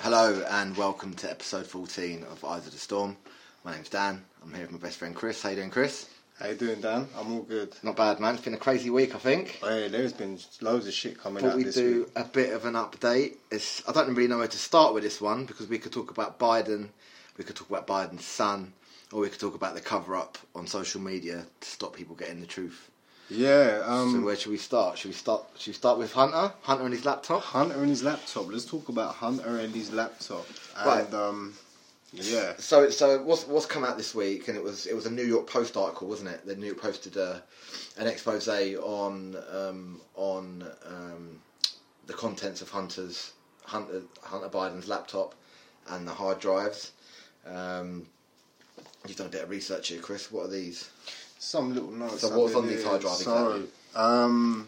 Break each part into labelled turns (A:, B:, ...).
A: Hello and welcome to episode 14 of Eyes of the Storm. My name's Dan. I'm here with my best friend Chris. How you doing, Chris?
B: How you doing, Dan? I'm all good. Oh,
A: Not bad, man. It's been a crazy week, I think.
B: Hey, there's been loads of shit coming
A: Thought
B: out
A: we'd
B: this
A: do
B: week.
A: a bit of an update. It's, I don't really know where to start with this one because we could talk about Biden, we could talk about Biden's son, or we could talk about the cover up on social media to stop people getting the truth.
B: Yeah, um,
A: so where should we start? Should we start? Should we start with Hunter? Hunter and his laptop.
B: Hunter and his laptop. Let's talk about Hunter and his laptop. And,
A: Right.
B: um, yeah.
A: So so what's what's come out this week, and it was it was a New York Post article, wasn't it? The New York Post did a, an expose on um, on um, the contents of Hunter's Hunter Hunter Biden's laptop and the hard drives. Um, you've done a bit of research here, Chris. What are these?
B: Some little notes.
A: So
B: I've
A: what's
B: been
A: on these
B: doing.
A: hard drive
B: So, um,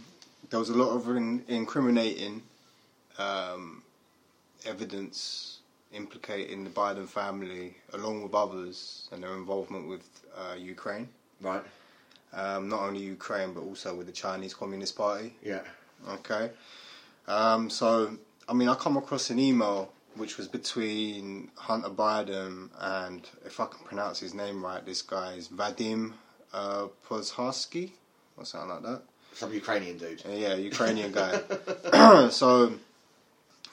B: there was a lot of in- incriminating um, evidence implicating the Biden family, along with others, and their involvement with uh, Ukraine.
A: Right.
B: Um, not only Ukraine, but also with the Chinese Communist Party.
A: Yeah.
B: Okay. Um, so, I mean, I come across an email which was between Hunter Biden and, if I can pronounce his name right, this guy is Vadim uh, Pozharsky or something like that.
A: Some Ukrainian dude.
B: Uh, Yeah, Ukrainian guy. so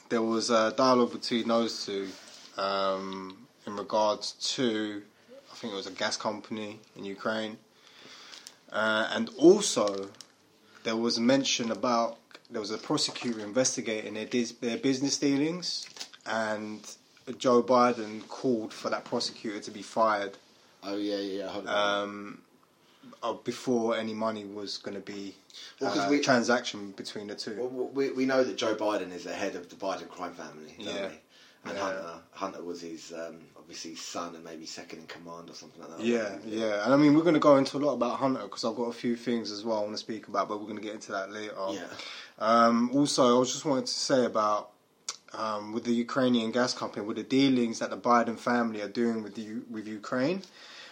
B: there was a dialogue between those two um, in regards to, I think it was a gas company in Ukraine, uh, and also there was mention about there was a prosecutor investigating their dis- their business dealings, and Joe Biden called for that prosecutor to be fired
A: Oh yeah yeah. Hold on.
B: um, uh, before any money was going to be
A: Well, 'cause
B: uh,
A: we-
B: transaction between the two.
A: Well, we, we know that Joe Biden is the head of the Biden crime family, don't
B: Yeah.
A: we? And
B: Yeah.
A: Hunter, Hunter was his um, obviously his son and maybe second in command or something like that.
B: yeah, yeah, and I mean we're going to go into a lot about Hunter because I've got a few things as well I want to speak about, but we're going to get into that later.
A: yeah.
B: Um, also, I was just wanted to say about um, with the Ukrainian gas company, with the dealings that the Biden family are doing with the, U- with Ukraine,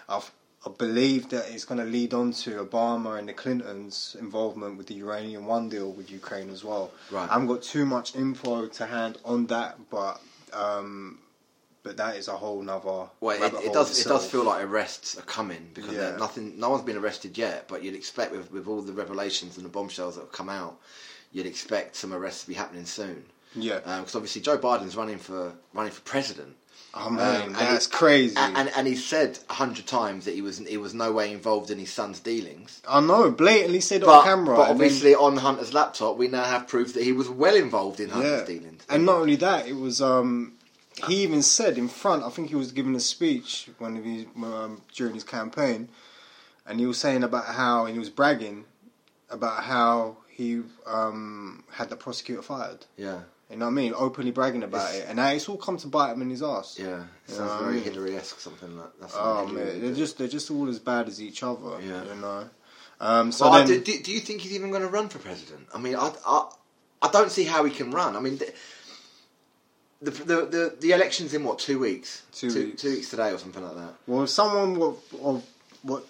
B: I've, I believe that it's going to lead on to Obama and the Clintons' involvement with the Uranium One deal with Ukraine as well.
A: Right.
B: I haven't got too much info to hand on that, but um, but that is a whole nother.
A: Well,
B: rabbit
A: it, it
B: hole
A: does. It
B: itself.
A: does feel like arrests are coming because
B: Yeah.
A: they're nothing. No one's been arrested yet, but you'd expect with, with all the revelations and the bombshells that have come out, you'd expect some arrests to be happening soon.
B: Yeah,
A: Because obviously Joe Biden's running for running for president.
B: oh man,
A: Um, and
B: that's
A: it-
B: crazy.
A: And, and and he said a hundred times that he was he was no way involved in his son's dealings.
B: I know, blatantly said
A: But,
B: on camera.
A: but
B: and then-
A: obviously, on Hunter's laptop, we now have proof that he was well involved in Hunter's dealings.
B: And not only that, it was um, he even said in front. I think he was giving a speech when he um, during his campaign, and he was saying about how and he was bragging about how he um, had the prosecutor fired.
A: yeah,
B: You know what I mean? Openly bragging about
A: It's-
B: it, and now it's all come to bite him in his ass.
A: yeah. It
B: Yeah,
A: sounds
B: I
A: very
B: mean-
A: Hillary-esque, something like that.
B: Oh man, they're just they're just all as bad as each other.
A: Yeah.
B: You know. Um, so
A: So
B: then,
A: do, do, do you think he's even going to run for president? I mean, I, I, I don't see how he can run. I mean, the, the, the, the, the election's in what two weeks?
B: Two weeks.
A: two weeks today or something like that.
B: well, if someone what of what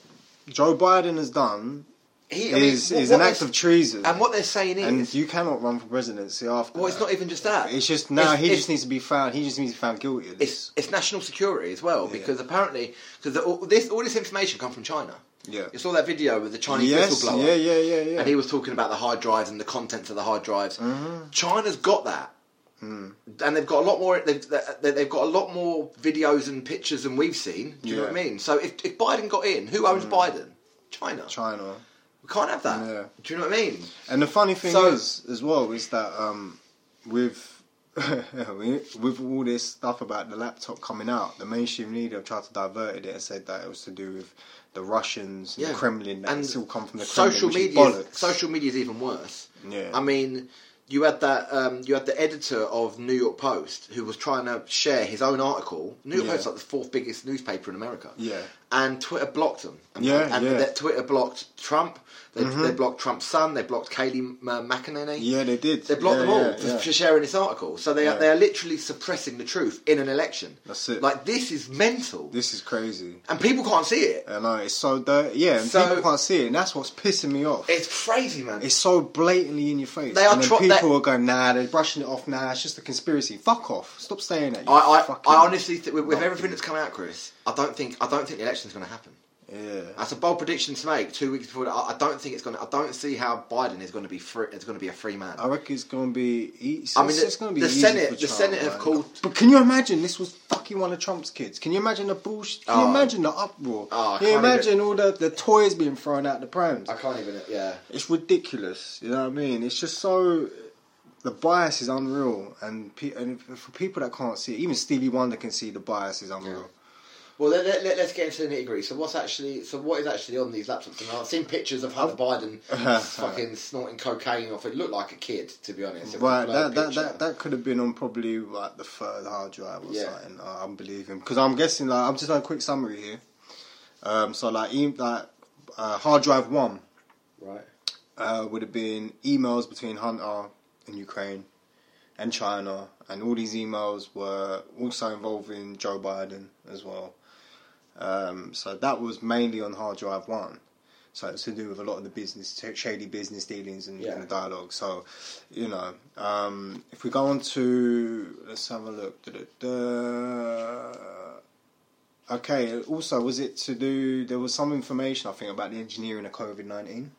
B: Joe Biden has done
A: He I mean,
B: is
A: what-
B: is
A: what
B: an act
A: they're-
B: of treason.
A: and what they're saying is,
B: And you cannot run for presidency after.
A: well, it's
B: that.
A: not even just that.
B: It's just now
A: It's-
B: he
A: it's-
B: just needs to be found. He just needs to be found guilty. Of
A: it's
B: this.
A: it's national security as well
B: Yeah.
A: because apparently because all this all this information come from China.
B: Yeah.
A: You saw that video with the Chinese
B: Yes.
A: whistleblower,
B: Yeah. Yeah. Yeah. Yeah.
A: and he was talking about the hard drives and the contents of the hard drives.
B: Mm-hmm.
A: China's got that,
B: Mm.
A: and they've got a lot more. They've, they- they've got a lot more videos and pictures than we've seen. Do you know what I
B: Yeah.
A: mean? So if, if Biden got in, who owns Biden? China.
B: China.
A: We can't have that.
B: Yeah.
A: Do you know what I mean?
B: And the funny thing
A: So-
B: is, as well, is that um, with with all this stuff about the laptop coming out, the mainstream media have tried to divert it and said that it was to do with the Russians, and the Kremlin, that
A: and
B: it's all come from the Kremlin,
A: social
B: which is
A: media.
B: bollocks.
A: Social media is even worse.
B: Yeah.
A: I mean, you had that. Um, you had the editor of New York Post who was trying to share his own article. New York
B: Yeah.
A: Post is like the fourth biggest newspaper in America.
B: Yeah.
A: and Twitter blocked them. And,
B: Yeah,
A: and
B: yeah. Mm-hmm.
A: that Twitter blocked Trump. They, they blocked Trump's son. They blocked Kaylee uh, McEnany.
B: Yeah, they did.
A: They blocked
B: Yeah,
A: them all
B: yeah,
A: for,
B: yeah.
A: for sharing this article. So they are,
B: Yeah.
A: they are literally suppressing the truth in an election.
B: That's it.
A: Like this is mental,
B: This is crazy.
A: and people can't see it.
B: I know it's so dirty. Yeah, and
A: So-
B: people can't see it, and that's what's pissing me off.
A: It's crazy, man.
B: It's so blatantly in your face.
A: They are
B: and then
A: tro-
B: people
A: they-
B: are going, nah, they're brushing it off. Nah, it's just a conspiracy. Fuck off. Stop saying that. you
A: I,
B: fucking-
A: I, I honestly, think with, with
B: Not
A: everything
B: good.
A: that's come out, Chris, I don't think I don't think the election's going to happen.
B: Yeah.
A: That's a bold prediction to make. Two weeks before, I, I don't think it's going. to... I don't see how Biden is going to be free. It's going to be a free man.
B: I reckon it's going to be. e- It's,
A: I mean,
B: it's going to be
A: the
B: easy
A: Senate-
B: for
A: the
B: Trump,
A: Senate have
B: man.
A: called-
B: But can you imagine? This was fucking one of Trump's kids. Can you imagine the bullshit? Can you
A: Oh.
B: imagine the uproar?
A: Oh, I
B: can you
A: can't
B: imagine all the, the toys being thrown out the prams?
A: I can't even. Yeah.
B: It's ridiculous. You know what I mean? It's just so. The bias is unreal, and pe- and for people that can't see it, even Stevie Wonder can see the bias is unreal.
A: Well, let, let, let, us get into the nitty gritty. So, what's actually? So, what is actually on these laptops? And I've seen pictures of Hunter Biden fucking snorting cocaine off. It looked like a kid, to be honest. It was a
B: Right,
A: blurred
B: that, that,
A: picture.
B: that that could have been on probably like the third hard drive or
A: Yeah.
B: something. I- I'm believing because I'm guessing like I'm just on a quick summary here. Um, so like em- like uh, hard drive one
A: Right.
B: uh, would have been emails between Hunter and Ukraine and China, and all these emails were also involving Joe Biden as well. Um, so that was mainly on hard drive one. So it's to do with a lot of the business, t- shady business dealings and,
A: Yeah.
B: and the dialogue. So, you know, um, if we go on to, let's have a look. Da-da-da. Okay, also, was it to do, there was some information, I think, about the engineering of COVID 19.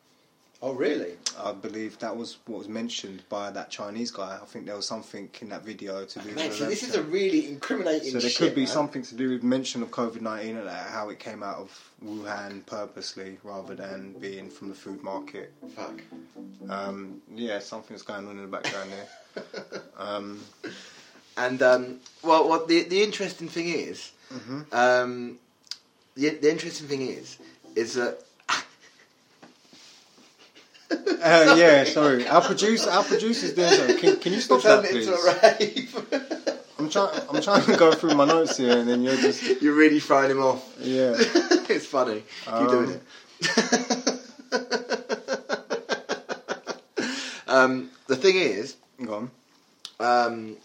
A: Oh, really?
B: I believe that was what was mentioned by that Chinese guy. I think there was something in that video to do
A: Man,
B: with
A: so this is a
B: election.
A: really incriminating.
B: So there
A: shit,
B: could be
A: man.
B: something to do with mention of COVID nineteen and that- how it came out of Wuhan purposely rather than being from the food market.
A: Fuck.
B: Um, yeah, something's going on in the background there. Um,
A: And um, well, what the the interesting thing is,
B: Mm-hmm.
A: um, the the interesting thing is, is that
B: uh, yeah, sorry. Our producer, our producer's doing something. Can, can you stop that,
A: turned
B: please?
A: it into a rave.
B: I'm trying. I'm trying to go through my notes here, and then you're just
A: You're really throwing him off.
B: yeah.
A: it's funny. Keep
B: Um,
A: doing it. um, the thing is,
B: Go on.
A: um,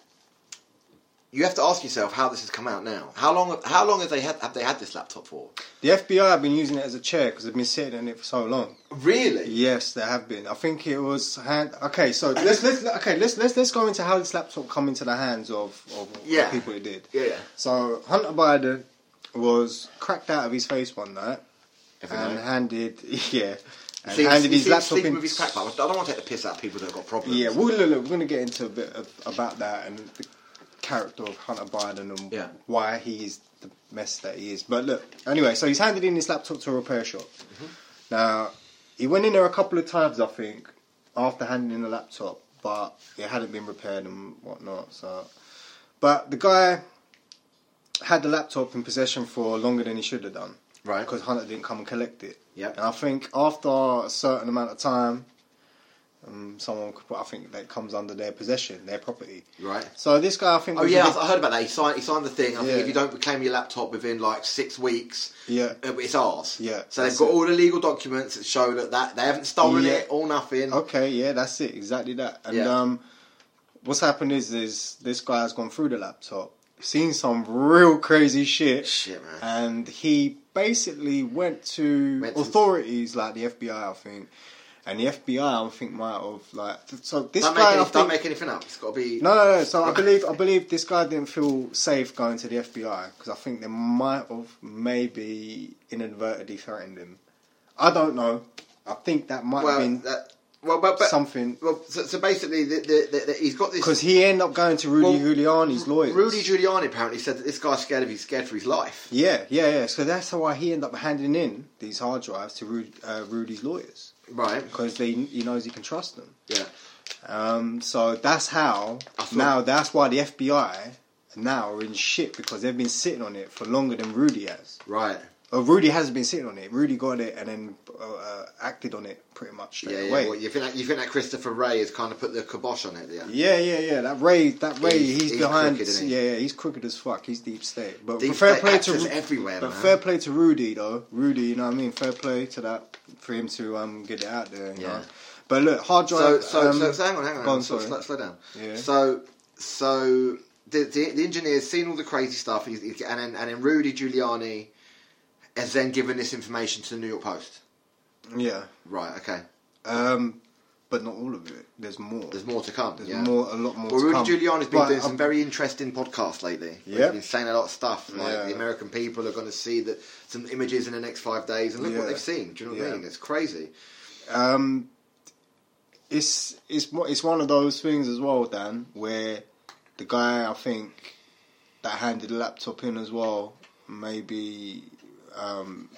A: you have to ask yourself how this has come out now. How long? How long have they had? Have they had this laptop for?
B: The FBI have been using it as a chair because they've been sitting in it for so long.
A: Really?
B: Yes, there have been. I think it was hand. Okay, so let's let's okay let's let's let's go into how this laptop come into the hands of of
A: Yeah.
B: the people it did.
A: Yeah. yeah.
B: So Hunter Biden was cracked out of his face one night
A: Every
B: and
A: night.
B: handed yeah and
A: See,
B: handed
A: you
B: his
A: see him
B: laptop
A: sleeping
B: in.
A: with his crack pipe. I don't want to take the piss out of people that have got problems.
B: Yeah, we're gonna, look, we're gonna get into a bit of, about that and the character of Hunter Biden and
A: Yeah.
B: why he is the mess that he is. But look, anyway, so he's handed in his laptop to a repair shop.
A: Mm-hmm.
B: Now, he went in there a couple of times, I think, after handing in the laptop, but it hadn't been repaired and whatnot. So, but the guy had the laptop in possession for longer than he should have done
A: Right.
B: because Hunter didn't come and collect it.
A: Yep.
B: And I think after a certain amount of time, um, someone could put, I think that comes under their possession, their property.
A: Right.
B: So this guy, I think.
A: Oh
B: was a
A: yeah,
B: bit-
A: I I heard about that. He signed. He signed the thing. I
B: Yeah.
A: think if you don't claim your laptop within like six weeks,
B: Yeah.
A: uh, it's ours.
B: Yeah,
A: So they've
B: that's
A: got
B: it.
A: all the legal documents that show that, that they haven't stolen
B: Yeah.
A: it or nothing.
B: Okay, yeah, that's it, exactly that. And
A: Yeah.
B: um, what's happened is, is this guy has gone through the laptop, seen some real crazy shit,
A: Shit, man.
B: and he basically went to
A: Went to-
B: authorities like the FBI, I think, and the FBI, I think, might have like. So this
A: don't, make
B: guy,
A: any,
B: I
A: don't
B: think,
A: make anything up. It's got to be.
B: No, no, no. So I believe I believe this guy didn't feel safe going to the FBI because I think they might have maybe inadvertently threatened him. I don't know. I think that might
A: well,
B: have been
A: that, well, but, but
B: something
A: Well, so, so basically, the, the, the, the, he's got this.
B: because he ended up going to Rudy Giuliani's lawyers.
A: Rudy Giuliani apparently said that this guy's scared of. He's scared for his life.
B: yeah, yeah, yeah. So that's why he ended up handing in these hard drives to Rudy, uh, Rudy's lawyers
A: Right.
B: because they he knows he can trust them.
A: Yeah.
B: Um, so that's how.
A: I thought-
B: Now that's why the FBI now are in shit because they've been sitting on it for longer than Rudy has.
A: Right.
B: Oh, Rudy hasn't been sitting on it. Rudy got it and then uh, uh, acted on it pretty much
A: Yeah,
B: straight
A: yeah.
B: away.
A: Well, you think that you think that Christopher Ray has kind of put the kibosh on it, yeah?
B: Yeah, yeah, yeah. That Ray, that Ray,
A: He's-
B: he's,
A: he's
B: behind.
A: crooked, isn't he?
B: yeah, yeah, he's crooked as fuck. He's deep state. But
A: Deep
B: fair
A: state
B: play to
A: actors
B: Ru-
A: everywhere,
B: But
A: man.
B: fair play to Rudy though. Rudy, you know what I mean. Fair play to that for him to um get it out there. You
A: Yeah.
B: Know? But look, hard
A: So,
B: drive.
A: so,
B: um,
A: so, so hang on, hang on,
B: go on,
A: so,
B: sorry.
A: slow, slow down.
B: Yeah.
A: So, so the, the the engineer's seen all the crazy stuff, he's, he's, and then and then Rudy Giuliani has then given this information to the New York Post.
B: yeah.
A: Right. Okay.
B: Um, but not all of it. There's more.
A: There's more to come.
B: There's
A: yeah.
B: more. A lot more.
A: Well,
B: to
A: Rudy
B: come. um,
A: Giuliani's been
B: But
A: doing
B: I'm-
A: some very interesting podcasts lately. where
B: Yeah.
A: He's been saying a lot of stuff. Like
B: Yeah.
A: the American people are going to see that some images in the next five days, and look
B: Yeah.
A: what they've seen. Do you know what I
B: Yeah.
A: mean? It's crazy.
B: Um, it's it's mo- it's one of those things as well, Dan, where the guy I think that handed the laptop in as well, maybe um,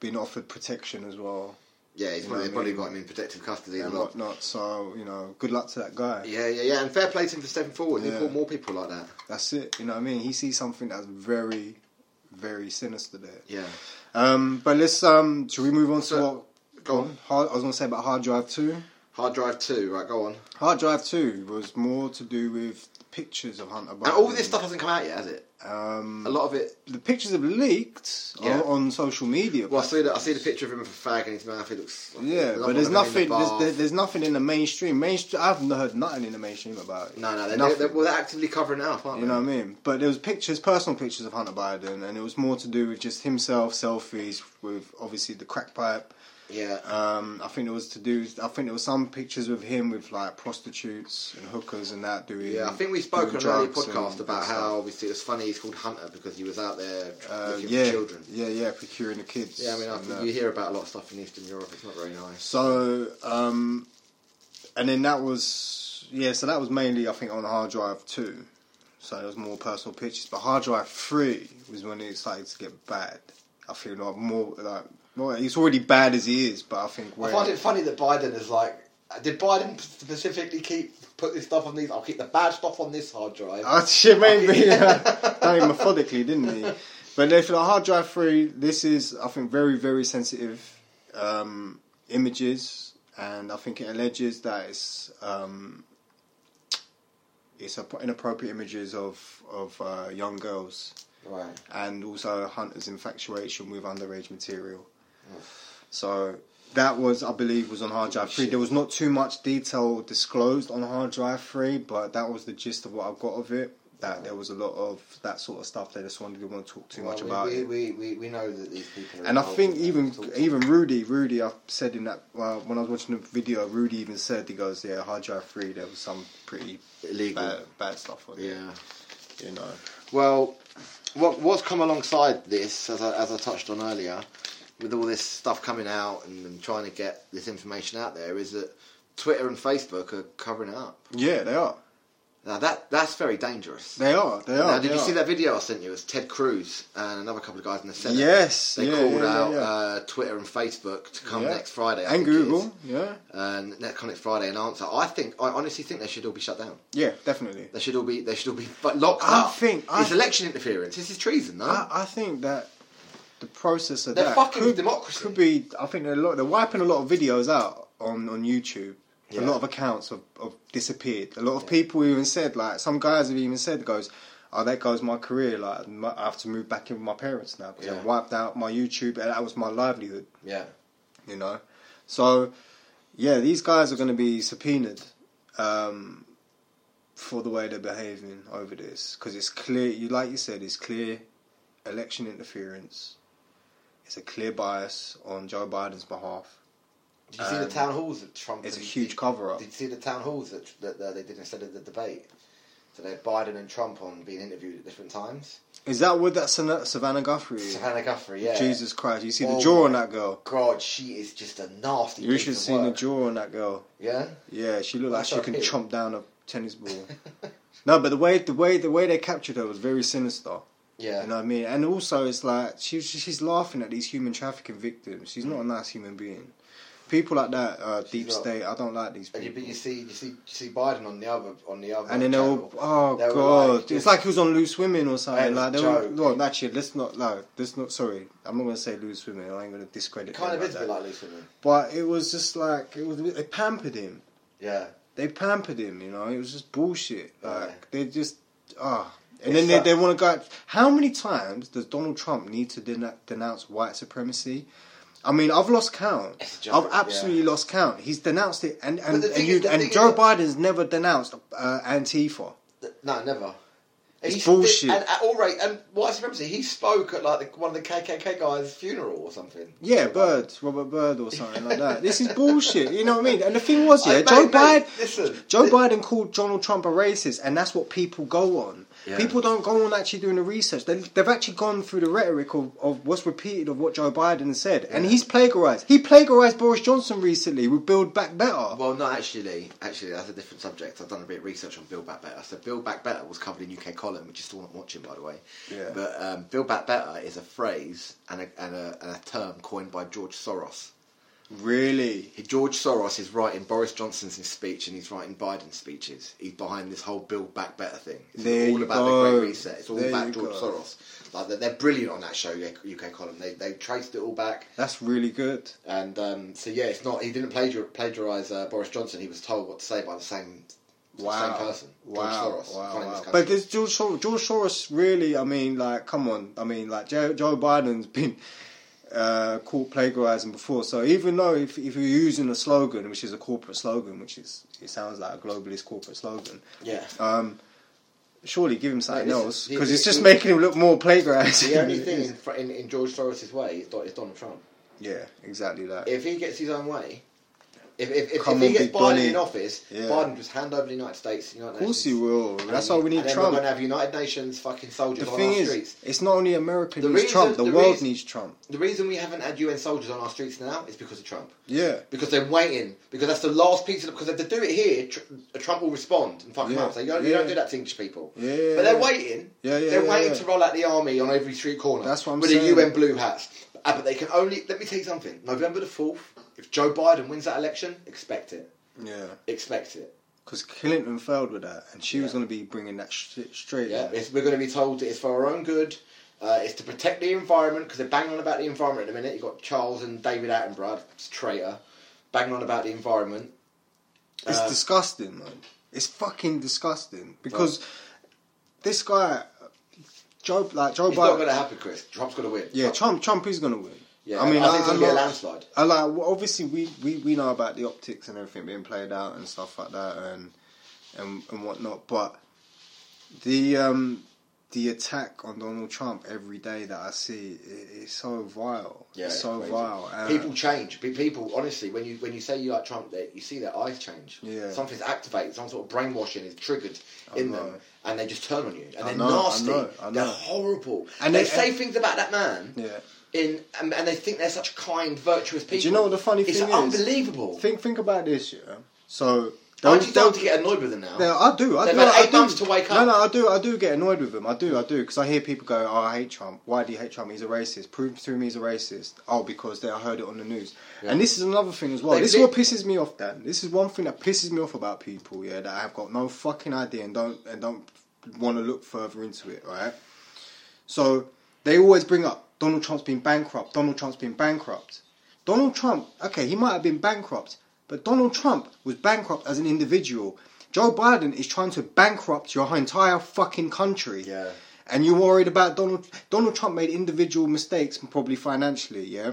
B: been offered protection as well
A: Yeah, he's
B: You know
A: probably,
B: what I
A: probably
B: mean?
A: got him in protective custody
B: and
A: and lot.
B: whatnot. So you know, good luck to that guy.
A: Yeah, yeah, yeah. And fair play to him for stepping forward.
B: Yeah.
A: You want more people like that.
B: That's it. You know what I mean? He sees something that's very, very sinister there.
A: Yeah.
B: Um, but let's um, should we move on to
A: So-
B: what?
A: Go on.
B: Hard, I was gonna say about hard drive two.
A: Hard Drive 2, right, go on.
B: Hard Drive 2 was more to do with pictures of Hunter Biden.
A: And all this stuff hasn't come out yet, has it?
B: Um,
A: A lot of it.
B: The pictures have leaked
A: Yeah.
B: on, on social media.
A: Well, I see, the, I see the picture of him with a fag in his mouth. He looks.
B: yeah,
A: looks
B: but
A: like
B: there's
A: one of them
B: nothing.
A: in the
B: There's,
A: bath.
B: there- there's nothing in the mainstream. Mainstream. I haven't heard nothing in the mainstream about it.
A: no, no, they're, they're,
B: Nothing.
A: they're, well, they're actively covering it up, aren't
B: you
A: they?
B: know what I mean? But there was pictures, personal pictures of Hunter Biden, and it was more to do with just himself, selfies with obviously the crack pipe.
A: Yeah.
B: Um, I think it was to do. I think there was some pictures with him with like prostitutes and hookers and that doing.
A: Yeah, I think we spoke on
B: doing
A: an early
B: drugs and-
A: podcast
B: and
A: about
B: stuff.
A: how obviously it's funny he's called Hunter because he was out there tr-
B: Uh,
A: looking
B: yeah,
A: for children.
B: yeah, yeah, procuring the kids.
A: Yeah, I mean, I
B: and uh,
A: think
B: that.
A: you hear about a lot of stuff in Eastern Europe. It's not very nice.
B: So, um, and then that was yeah. So that was mainly I think on hard drive two. So there was more personal pictures, but hard drive three was when it started to get bad. I feel like more like well, it's already bad as it is, but I think where,
A: funny that Biden is like. Did Biden specifically keep put this stuff on these? I'll keep the bad stuff on this hard drive.
B: Oh shit, maybe very methodically, didn't he? But then for the hard drive three, this is I think very very sensitive um, images, and I think it alleges that it's um, it's app- inappropriate images of of uh, young girls,
A: Right.
B: and also Hunter's infatuation with underage material. So. That was, I believe, was on hard drive three.
A: Shit.
B: There was not too much detail disclosed on hard drive three, but that was the gist of what I got of it. That there was a lot of that sort of stuff. They just wanted to want to talk too
A: Well,
B: much
A: we,
B: about
A: we, Oh,
B: it.
A: We, we, we know that these people. Are
B: And I
A: involved
B: think
A: in that.
B: even
A: Talk to
B: even Rudy, Rudy, I said in that well, when I was watching the video, Rudy even said he goes, "Yeah, hard drive three. There was some pretty
A: illegal.
B: bad, bad stuff on
A: Yeah.
B: it, you know."
A: Uh, Well, what what's come alongside this, as I, as I touched on earlier, with all this stuff coming out and, and trying to get this information out there, is that Twitter and Facebook are covering it up.
B: Yeah, they are.
A: Now that that's very dangerous.
B: They are. They are.
A: now, did
B: they
A: you see
B: are.
A: that video I sent you? It's Ted Cruz and another couple of guys in the Senate.
B: Yes.
A: They
B: yeah,
A: called
B: yeah, yeah,
A: out
B: yeah.
A: Uh, Twitter and Facebook to come
B: Yeah.
A: next Friday. I
B: and
A: think it is.
B: Google. Yeah.
A: And next come next Friday and answer. I think I honestly think they should all be shut down.
B: Yeah, definitely.
A: They should all be they should all be fu- locked
B: I
A: up.
B: think- I
A: it's
B: th-
A: election interference. This is treason, no?
B: I, I think that the process of
A: They're
B: that
A: fucking
B: could,
A: with democracy.
B: could be. I think they're, a lot, they're wiping a lot of videos out on on YouTube. A
A: Yeah.
B: lot of accounts have, have disappeared. A lot of people even said like some guys have even said goes, "Oh, that goes my career. Like my, I have to move back in with my parents now because
A: Yeah.
B: I've wiped out my YouTube and that was my livelihood."
A: yeah.
B: you know. So, yeah, these guys are going to be subpoenaed um, for the way they're behaving over this because it's clear. You like you said, it's clear election interference. It's a clear bias on Joe Biden's behalf.
A: Did you see the
B: Um,
A: town halls that Trump?
B: It's a
A: and-
B: huge cover up.
A: Did you see the town halls that, that, that they did instead of the debate? So they had Biden and Trump on being interviewed at different times.
B: Is that what that Sana- Savannah Guthrie? is?
A: Savannah Guthrie, yeah.
B: Mm. Jesus Christ! You see the
A: Oh
B: jaw on
A: my
B: that girl.
A: God, she is just a nasty.
B: You
A: piece
B: should
A: of
B: have seen the
A: work.
B: jaw on that girl.
A: Yeah.
B: Yeah, she looked like
A: That's
B: she
A: her
B: can
A: kid.
B: chomp down a tennis ball. no, but the way the way the way they captured her was very sinister.
A: Yeah.
B: You know what I mean? And also, it's like she, she- she's laughing at these human trafficking victims. She's not a nice human being. people like that, uh, deep
A: not-
B: state. I don't like these
A: And you,
B: people.
A: but you see, you see, you see Biden on the other, on the other.
B: And then they'll,
A: channel.
B: oh
A: They were
B: god,
A: like,
B: it's like he was on Loose Women or something.
A: And
B: Like they
A: Joe-
B: were, well, actually, let's not like, let's not. Sorry, I'm not gonna say Loose Women. I ain't gonna discredit.
A: It kind of
B: them like
A: is a
B: that.
A: bit like Loose Women.
B: But it was just like it was. They pampered him.
A: Yeah.
B: They pampered him. You know, it was just bullshit. Like
A: Yeah.
B: they just ah. And
A: It's
B: then they,
A: that-
B: they want to go. How many times does Donald Trump need to den- denounce white supremacy? I mean, I've lost count.
A: It's a joke,
B: I've absolutely lost count. He's denounced it, and and,
A: the
B: and,
A: thing
B: you,
A: is- the
B: and
A: thing
B: Joe
A: is-
B: Biden's never denounced uh, Antifa.
A: Th- No, never.
B: It's
A: He-
B: bullshit.
A: And at all rate, and white supremacy. He spoke at like the, one of the KKK guys' funeral or something.
B: Yeah, Bird, Robert Bird, or something like that. This is bullshit. You know what I mean? And the thing was, yeah,
A: Hey, mate,
B: Joe
A: mate,
B: Biden.
A: listen.
B: Joe Biden called Donald Trump a racist, and that's what people go on.
A: Yeah.
B: People don't go on actually doing the research. They, they've actually gone through the rhetoric of, of what's repeated of what Joe Biden said, and he's plagiarized. He plagiarized Boris Johnson recently with Build Back Better.
A: Well, no, actually, actually, that's a different subject. I've done a bit of research on Build Back Better. So, Build Back Better was covered in UK column, which is still not watching, by the way.
B: Yeah.
A: But um, Build Back Better is a phrase and a, and, a, and a term coined by George Soros.
B: Really?
A: He- George Soros is writing Boris Johnson's speech and he's writing Biden's speeches. He's behind this whole Build Back Better thing. It's
B: There
A: all
B: you
A: about the
B: go.
A: Great Reset. It's all
B: There you
A: about George
B: go.
A: Soros. Like they're- they're brilliant on that show, UK column. They they traced it all back.
B: That's really good.
A: And um, so yeah, it's not. He didn't plagiar- plagiarize uh, Boris Johnson. He was told what to say by the same,
B: Wow.
A: same person,
B: Wow,
A: George Soros.
B: wow,
A: running this
B: wow.
A: country.
B: But this George Soros, George Soros really, I mean, like, come on. I mean, like, Joe, Joe Biden's been uh, caught plagiarizing before. So even though if, if you're using a slogan, which is a corporate slogan, which is, it sounds like a globalist corporate slogan,
A: yeah.
B: um, surely give him something
A: Mate, this
B: else.
A: is-
B: Because
A: the-
B: it's just
A: the-
B: making him look more plagiarizing.
A: The only thing in, fr- in, in George Soros's way is, Do- is Donald Trump.
B: Yeah, exactly that.
A: If he gets his own way, if if, if,
B: Come
A: if he
B: on,
A: gets Biden
B: Big Bunny.
A: in office,
B: Yeah.
A: Biden just hand over the United States. The United
B: Of course he
A: Nations,
B: will.
A: and
B: That's
A: then-
B: why we need
A: and then
B: Trump.
A: We're going to have United Nations fucking soldiers
B: The
A: on
B: thing
A: our
B: is,
A: streets.
B: it's not only America
A: The
B: needs
A: reason-
B: Trump, the,
A: the
B: world
A: reason-
B: needs Trump.
A: The reason we haven't had UN soldiers on our streets now is because of Trump.
B: Yeah.
A: Because they're waiting. Because that's the last piece of. Because if they do it here, tr- Trump will respond and fuck them
B: Yeah.
A: up. So you don't, you don't
B: Yeah.
A: do that to English people.
B: Yeah, yeah,
A: But they're
B: yeah.
A: waiting.
B: Yeah, yeah,
A: They're
B: yeah,
A: waiting
B: yeah.
A: to roll out the army on every street corner.
B: That's what I'm
A: with
B: saying.
A: the UN blue hats. Ah, but they can only. Let me tell you something. November the fourth. If Joe Biden wins that election, expect it.
B: Yeah.
A: Expect it.
B: Because Clinton failed with that, and she was
A: Yeah.
B: going to be bringing that shit straight.
A: Yeah.
B: Yeah,
A: It's, we're going to be told that it's for our own good. Uh, it's to protect the environment because they're banging on about the environment at the minute. You've got Charles and David Attenborough, traitor, banging on about the environment.
B: it's
A: Uh,
B: disgusting, man. It's fucking disgusting because this guy, Joe, like Joe
A: It's not
B: Biden.
A: going to happen, Chris. Trump's going to win.
B: Oh, yeah, Trump. Trump is going to win.
A: Yeah, I think it's
B: I'm
A: gonna be a
B: not-
A: landslide.
B: I like. Well, obviously, we, we we know about the optics and everything being played out and stuff like that, and and and whatnot. But the um the attack on Donald Trump every day that I see it, it's so vile. uh,
A: Yeah,
B: it's
A: it's
B: so
A: crazy.
B: vile. And-
A: People change. Pe- People, honestly, when you when you say you like Trump, that you see their eyes change.
B: Yeah.
A: Something's activated. Some sort of brainwashing is triggered in
B: know.
A: them, and they just turn on you. And they're
B: know, I
A: nasty.
B: know, I
A: They're
B: know.
A: horrible.
B: And
A: And they,
B: they-
A: say things about that man.
B: yeah.
A: In and, and they think they're such kind, virtuous people.
B: you know what the funny
A: it's
B: thing is?
A: unbelievable.
B: Think think about this, yeah. So
A: I
B: they'll-
A: actually start to
B: they'll-
A: get annoyed with them now.
B: no, I do. I
A: They've
B: do.
A: had
B: I
A: eight
B: do.
A: months to wake
B: No,
A: up.
B: no, I do. I do get annoyed with them. I do. I do because I hear people go, "Oh, I hate Trump. Why do you hate Trump? He's a racist. Prove to me he's a racist." Oh, because they, I heard it on the news. And this is another thing as well.
A: They
B: this
A: li-
B: is what pisses me off, Dan. This is one thing that pisses me off about people. Yeah, that have got no fucking idea and don't and don't want to look further into it. Right. So they always bring up Donald Trump's been bankrupt. Donald Trump's been bankrupt. Donald Trump, okay, he might have been bankrupt, but Donald Trump was bankrupt as an individual. Joe Biden is trying to bankrupt your entire fucking country.
A: Yeah.
B: And you're worried about Donald Donald Trump made individual mistakes probably financially, yeah?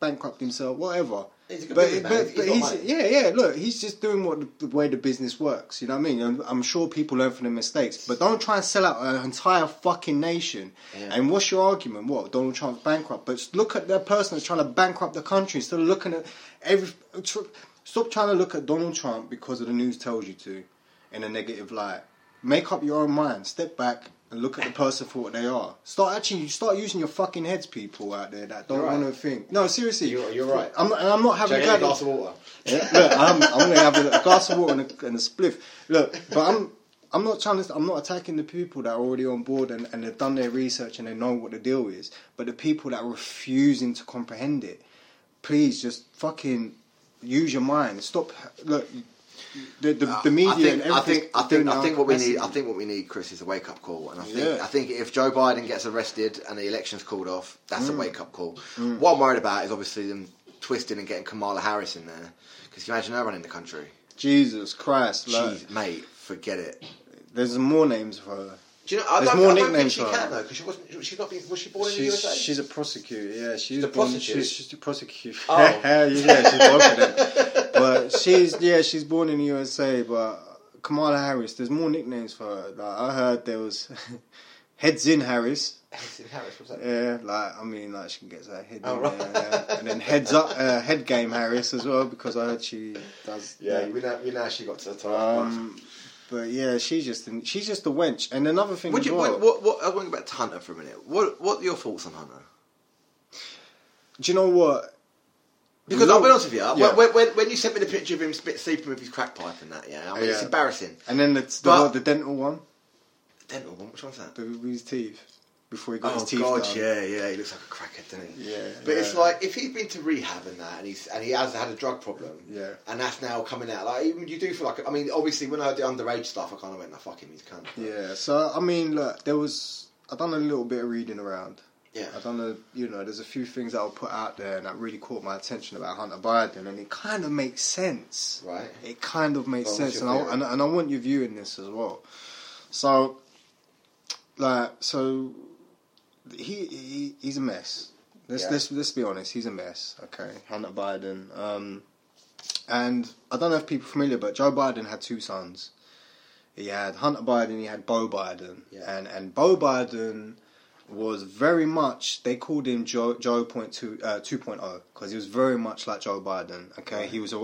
B: Bankrupt himself, whatever.
A: He's a good
B: but
A: businessman.
B: but,
A: He's
B: but
A: got
B: he's,
A: money.
B: yeah, yeah, look, he's just doing what the, the way the business works, you know what I mean? And I'm sure people learn from their mistakes, but don't try and sell out an entire fucking nation.
A: Yeah.
B: And what's your argument? What Donald Trump's bankrupt? But look at that person that's trying to bankrupt the country. Instead of looking at every, tr- stop trying to look at Donald Trump because of the news tells you to, in a negative light. Make up your own mind. Step back and look at the person for what they are. Start actually, you start using your fucking heads, people out there that don't
A: You're right.
B: want to think. No, seriously,
A: You're- you're right.
B: I'm not, and I'm not having
A: Check
B: a
A: out a
B: go-
A: glass of water.
B: yeah, look, I'm, I'm gonna have a, glass of water and a, and a spliff. Look, but I'm I'm not trying to. I'm not attacking the people that are already on board and, and have done their research and they know what the deal is. But the people that are refusing to comprehend it, please just fucking use your mind. Stop. Look, the the, the media
A: I think,
B: and
A: I
B: everything.
A: think, I think, I think what we need, I think what we need, Chris, is a wake up call. And I think,
B: Yeah.
A: I think if Joe Biden gets arrested and the election's called off, that's
B: Mm.
A: a wake up call. What I'm worried about is obviously them twisting and getting Kamala Harris in there. Because you imagine her running the country.
B: Jesus Christ, like,
A: Jeez, mate, forget it.
B: there's more names for her.
A: Do you know? I
B: There's
A: don't,
B: more
A: I don't think
B: nicknames
A: she
B: for her.
A: can though, because she wasn't. She's not. Been, was she born in the
B: She's,
A: USA?
B: she's a prosecutor. Yeah, she's
A: The
B: born,
A: prostitute?
B: She's, she's a prosecutor.
A: Oh.
B: yeah, she's both of them. But she's yeah, she's born in the USA. But Kamala Harris, there's more nicknames for her. Like I heard there was Heads in Harris.
A: Harris, was that?
B: Yeah, like I mean, like she gets her head
A: Oh,
B: in
A: right.
B: there, yeah. and then heads up, uh, head game Harris as well because I heard she does.
A: Yeah, we know. We know she got to the top.
B: Um, but yeah, she's just an, she's just a wench. And another thing
A: Would
B: as
A: you?
B: well.
A: What, what, what, I want to go back to Hunter for a minute. What? What are your thoughts on Hunter?
B: do you know what?
A: Because
B: No.
A: I'll be honest with you,
B: Yeah.
A: when, when, when you sent me the picture of him spit, sleeping with his crack pipe and that, yeah, I mean, it's
B: Yeah.
A: embarrassing.
B: And then the the,
A: But-
B: the dental one,
A: Dental one, which one's that?
B: the, with his teeth before he got
A: Oh
B: his teeth
A: God,
B: done.
A: yeah, yeah, he looks like a crackhead, doesn't he?
B: Yeah,
A: But it's
B: yeah.
A: like if he's been to rehab and that, and he's and he has had a drug problem,
B: Yeah.
A: and that's now coming out. Like even you do feel like, I mean, obviously when I did underage stuff, I kind of went, "No, fuck him, he's a cunt."
B: Yeah, so I mean, look, there was I done a little bit of reading around.
A: yeah.
B: I don't know, you know, there's a few things that I'll put out there and that really caught my attention about Hunter Biden, and it kind of makes sense.
A: Right.
B: It kind of makes
A: Well, what's
B: sense, and
A: your
B: I,
A: theory?
B: and, and I want your view in this as well. So, like, so he, he he's a mess. Let's
A: Yeah.
B: let's let's be honest, he's a mess. Okay, Hunter Biden. Um, and I don't know if people are familiar, but Joe Biden had two sons. He had Hunter Biden, he had Bo Biden,
A: Yeah.
B: and and Bo Biden was very much they called him Joe Joe point two uh, two because he was very much like Joe Biden. Okay, he was a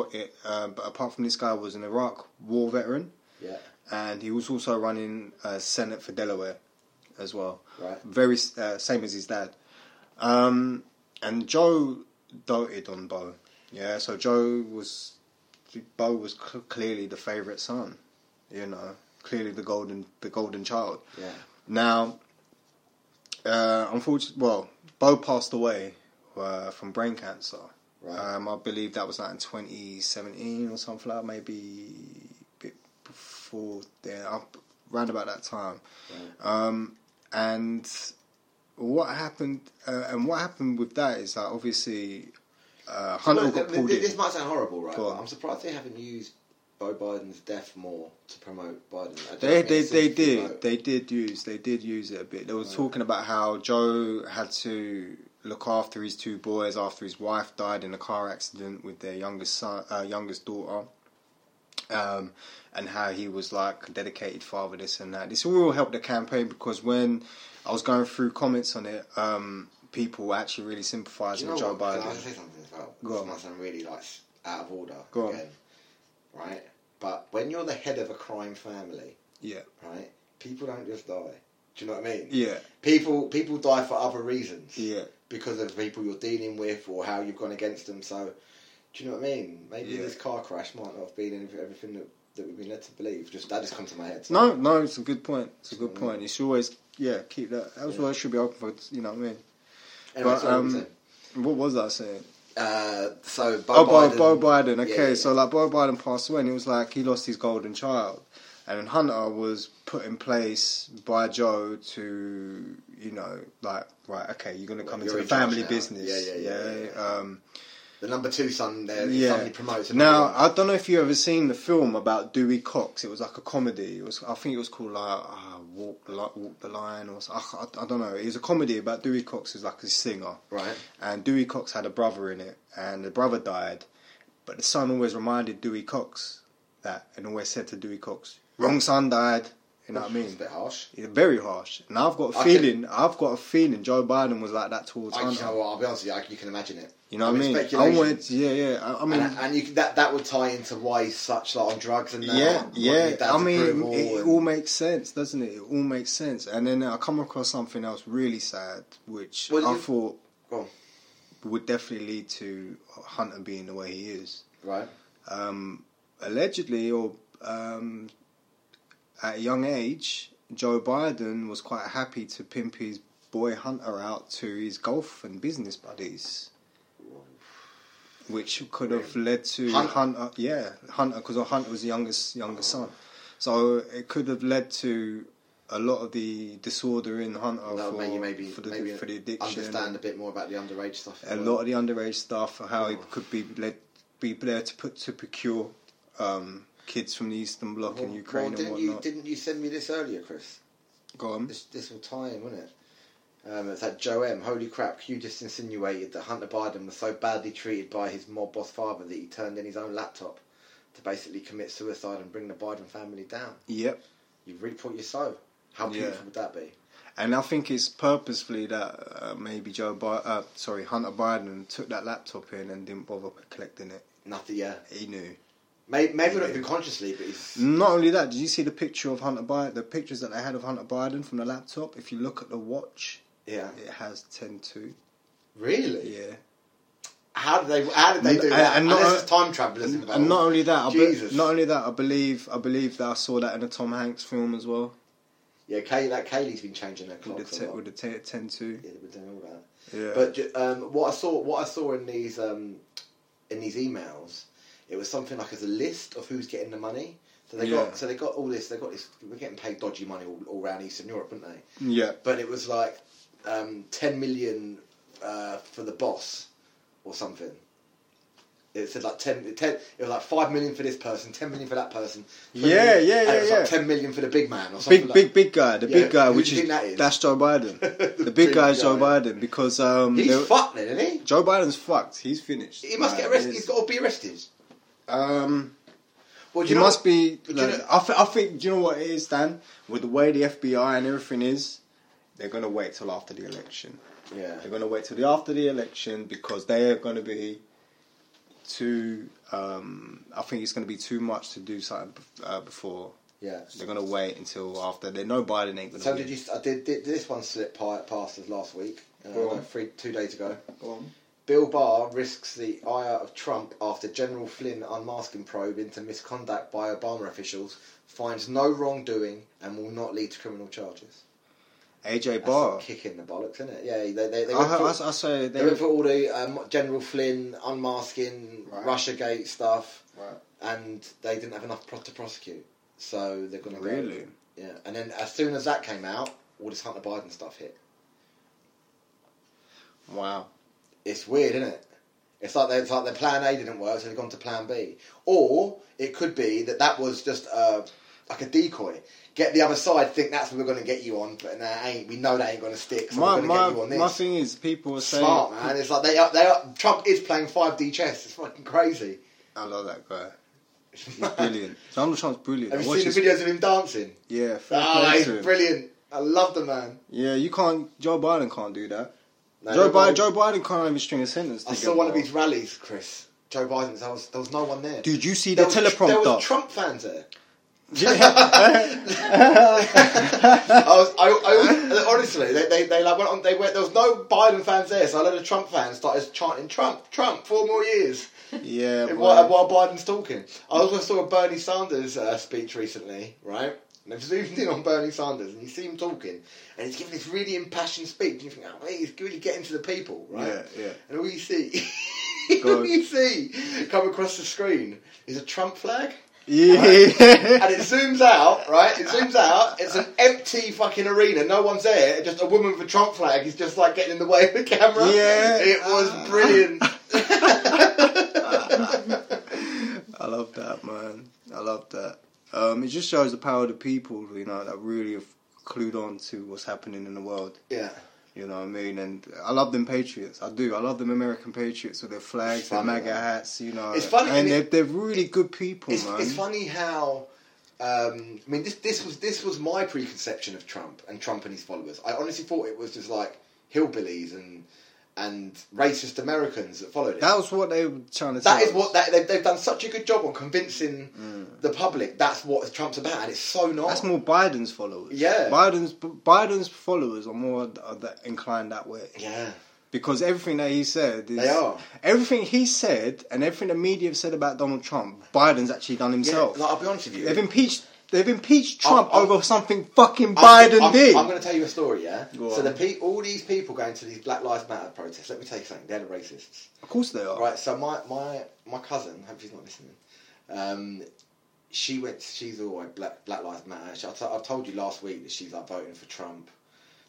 B: uh, but apart from this guy was an Iraq war veteran,
A: Yeah.
B: and he was also running uh, Senate for Delaware as well.
A: Right.
B: Very uh, same as his dad. Um, and Joe doted on Bo. Yeah, so Joe was Bo was cl- clearly the favorite son. You know, clearly the golden the golden child.
A: Yeah.
B: Now, uh, unfortunately, well, Bo passed away uh, from brain cancer.
A: Right.
B: Um, I believe that was like in 2017 or something like that, maybe a bit before then, up round about that time. Um, and what happened? Uh, and what happened with that is that obviously uh, Hunter
A: Look,
B: got
A: th- th-
B: pulled
A: this
B: in.
A: might sound horrible, right?
B: Go
A: But
B: on.
A: I'm surprised they haven't used Bo Biden's death more to promote Biden. I don't
B: They
A: think
B: they,
A: it's
B: they
A: a
B: did
A: vote.
B: they did use they did use it a bit. They was talking about how Joe had to look after his two boys after his wife died in a car accident with their youngest son uh, youngest daughter, um, and how he was like a dedicated father this and that. This all helped the campaign because when I was going through comments on it, um, people actually really
A: Do
B: sympathised
A: you
B: with
A: know
B: Joe
A: what? Can I
B: Biden.
A: say something as well?
B: Go
A: This
B: on.
A: might sound really like s- out of order
B: Go on.
A: again, right? But when you're the head of a crime family,
B: Yeah,
A: right? People don't just die. Do you know what I mean?
B: yeah,
A: People people die for other reasons
B: yeah.
A: because of people you're dealing with or how you've gone against them. So, do you know what I mean? Maybe
B: Yeah.
A: this car crash might not have been anything- everything that, that we've been led to believe. Just that just comes to my head.
B: No, no, it's a good point. It's a good
A: Mm.
B: point. You should always, yeah, keep that. That's what I should be open for. You know what I mean?
A: Anyway,
B: but,
A: sorry, what was
B: um,
A: it?
B: What was I saying?
A: Uh, so Bo
B: Oh,
A: Biden,
B: Bo, Bo Biden.
A: Yeah,
B: Okay,
A: yeah,
B: so like Bo Biden passed away, and it was like he lost his golden child, and Hunter was put in place by Joe to, you know, like right, okay, you're gonna come
A: You're
B: into
A: in
B: the
A: charge
B: family
A: now.
B: business,
A: Yeah, yeah, yeah, yeah, yeah.
B: Um,
A: the number two son there,
B: yeah.
A: yeah. suddenly promotes.
B: now
A: another one.
B: I don't know if you ever seen the film about Dewey Cox. It was like a comedy. It was, I think, it was called like uh, Walk, the Li- Walk the Line, or so- I, I don't know. It was a comedy about Dewey Cox, who's like a singer.
A: right,
B: and Dewey Cox had a brother in it, and the brother died, but the son always reminded Dewey Cox that, and always said to Dewey Cox, "Wrong son died." You know what I
A: it's a
B: mean?
A: bit harsh.
B: It's very harsh, and I've got a
A: I can-
B: feeling. I've got a feeling Joe Biden was like that towards
A: I, you know
B: Hunter.
A: what, I'll be honest with you, I, you can imagine it.
B: You know what I mean? I
A: speculation.
B: wanted, to- yeah, yeah. I, I mean,
A: and, and you, can- that that would tie into why he's such like on drugs and that.
B: yeah,
A: like, your
B: yeah.
A: dad's
B: I mean, it,
A: approval
B: it
A: and-
B: all makes sense, doesn't it? It all makes sense. And then I come across something else really sad, which
A: Well,
B: I
A: you-
B: thought
A: Go on.
B: would definitely lead to Hunter being the way he is.
A: right.
B: um, allegedly or um, at a young age, Joe Biden was quite happy to pimp his boy Hunter out to his golf and business buddies. which could have led to
A: Hunter.
B: Hunter. yeah, Hunter, because Hunter was the youngest youngest son, so it could have led to a lot of the disorder in Hunter
A: That
B: for,
A: would make you maybe,
B: for, the,
A: maybe
B: for the addiction,
A: understand a bit more about the underage stuff. as
B: a
A: well.
B: lot of the underage stuff, how it could be led be there to put to procure um, kids from the Eastern Bloc
A: Well,
B: in Ukraine
A: well,
B: and
A: didn't you
B: whatnot.
A: didn't you send me this earlier, Chris?
B: Go on.
A: This this will tie in, won't it? Um, it's that Joe M. Holy crap! You just insinuated that Hunter Biden was so badly treated by his mob boss father that he turned in his own laptop to basically commit suicide and bring the Biden family down.
B: Yep.
A: You've really put your soul. How
B: Yeah.
A: beautiful would that be?
B: And I think it's purposefully that uh, maybe Joe, Bi- uh, sorry, Hunter Biden took that laptop in and didn't bother collecting it.
A: Nothing. Yeah.
B: He knew.
A: Maybe, maybe not
B: Yeah.
A: even consciously, but he's
B: Not only that, did you see the picture of Hunter Biden? The pictures that they had of Hunter Biden from the laptop. If you look at the watch,
A: yeah.
B: it has 10-2.
A: Really?
B: Yeah.
A: How did they? How did they do
B: And-
A: that?
B: and uh, not-
A: Unless it's time travel, isn't it?
B: And not only that, I be-
A: Jesus.
B: not only that, I believe, I believe that I saw that in a Tom Hanks film as well.
A: yeah, Kay, that Kaylee's been changing her
B: With
A: clocks
B: the,
A: a
B: te-
A: lot.
B: with the te- 10-2.
A: Yeah, they've been doing all that.
B: Yeah.
A: But ju- um, what I saw, what I saw in these um, in these emails, it was something like as a list of who's getting the money. So they
B: Yeah.
A: got, so they got all this. They got this. We're getting paid dodgy money all, all around Eastern Europe, aren't they?
B: yeah.
A: But it was like um, ten million uh, for the boss or something. It said like 10, 10 it was like five million for this person, ten million for that person. 20
B: Yeah,
A: million,
B: yeah,
A: and
B: yeah,
A: it was
B: yeah.
A: Like ten million for the big man or something.
B: Big,
A: like
B: big, big guy. The
A: Yeah,
B: big guy,
A: who do
B: which
A: you think
B: is,
A: that is?
B: that's Joe Biden.
A: The
B: the big
A: big
B: guy is Joe
A: guy.
B: Biden because um,
A: He's
B: there-
A: fucked then, isn't he?
B: Joe Biden's fucked. He's finished.
A: He must
B: Like,
A: get arrested.
B: he's-
A: He's got to be arrested.
B: Um,
A: Well, do you
B: he
A: know
B: must be.
A: do you
B: like,
A: know-
B: I, th- I think. Do you know what it is, Dan? With the way the FBI and everything is, they're gonna wait till after the election.
A: Yeah.
B: They're gonna wait till the after the election because they are gonna be too. Um, I think it's gonna be too much to do something bef- uh, before.
A: Yeah.
B: They're gonna wait until after. They know Biden ain't gonna.
A: So
B: win.
A: did you? I did, did. Did this one slip pi- past us last week? Uh,
B: Go on.
A: no, three, two days ago.
B: Go on.
A: Bill Barr risks the ire of Trump after General Flynn unmasking probe into misconduct by Obama officials finds no wrongdoing and will not lead to criminal charges.
B: AJ
A: That's
B: Barr.
A: a kick in the bollocks, isn't it? Yeah, they they, they
B: I,
A: went
B: heard-
A: for,
B: I, I say
A: they
B: they
A: went for all the um, General Flynn unmasking,
B: Right.
A: RussiaGate stuff,
B: Right.
A: and they didn't have enough pro- to prosecute, so they're going to
B: really.
A: Yeah, and then as soon as that came out, all this Hunter Biden stuff hit.
B: Wow.
A: It's weird, isn't it? It's like they, it's like their plan A didn't work, so they've gone to plan B. Or it could be that that was just uh, like a decoy. Get the other side, think that's what we're going to get you on, but that ain't. We know that ain't going to stick. So
B: my
A: we're going to get you on
B: my,
A: this.
B: my thing is people are saying
A: Smart man. It's like they are, they are. Trump is playing five D chess. It's fucking crazy.
B: I love that guy. He's brilliant. Donald Trump's brilliant.
A: Have
B: I
A: you
B: watch
A: seen
B: his-
A: the videos of him dancing?
B: Yeah, fair
A: Ah,
B: play
A: he's
B: to him.
A: brilliant. I love the man.
B: Yeah, you can't. Joe Biden can't do that.
A: No,
B: Joe,
A: don't worry.
B: Biden, Joe Biden can't even string a sentence.
A: I
B: together.
A: saw one of his rallies, Chris. Joe Biden's. There was, there was no one there.
B: Did you see the
A: There was- There was
B: teleprompter?
A: Trump fans there.
B: Yeah.
A: I was, I, I, honestly, they, they, they like went on. They went. There was no Biden fans there, so a lot of Trump fans started chanting "Trump, Trump, four more years"
B: yeah, boy.
A: while, while Biden's talking. I also saw a Bernie Sanders uh, speech recently, right? And they've zoomed in on Bernie Sanders, and you see him talking, and he's giving this really impassioned speech, and you think, "Oh, he's really getting to the people," right?
B: Yeah, yeah.
A: And all you see,
B: Go
A: all
B: on.
A: you see come across the screen is a Trump flag and
B: Yeah.
A: it zooms out, right? It zooms out. It's an empty fucking arena. No one's there. Just a woman with a Trump flag is just like getting in the way of the camera.
B: Yeah.
A: it was brilliant.
B: I love that, man. I love that. Um, it just shows the power of the people, you know, that really have clued on to what's happening in the world.
A: yeah,
B: You know what I mean? And I love them Patriots. I do. I love them American Patriots with their flags, their
A: funny,
B: MAGA
A: man.
B: hats, you know.
A: It's funny,
B: And
A: and
B: they're,
A: it-
B: they're really good people,
A: it's,
B: man.
A: it's funny how. Um, I mean, this this was this was my preconception of Trump and Trump and his followers. I honestly thought it was just like hillbillies and and racist Americans that followed it.
B: That was what they were trying to
A: That
B: tell
A: is what
B: us.
A: that, they've, they've done such a good job on convincing the public that's what Trump's about, and it's so not.
B: Mm. That's more Biden's followers.
A: Yeah.
B: Biden's Biden's followers are more th- are that inclined that way.
A: yeah,
B: Because everything that he said is.
A: They are.
B: Everything he said and everything the media have said about Donald Trump, Biden's actually done
A: yeah.
B: himself.
A: Like, I'll be honest with you.
B: They've impeached They've impeached Trump
A: I'm- I'm-
B: over something
A: I'm-
B: fucking Biden
A: I'm,
B: did.
A: I'm going to tell you a story, yeah?
B: Go
A: so
B: on.
A: the pe- all these people going to these Black Lives Matter protests, let me tell you something, they're the racists.
B: of course they are.
A: Right, so my, my, my cousin, hope she's not listening, um, she went, she's all like Black, Black Lives Matter. She, I, t- I told you last week that she's like voting for Trump.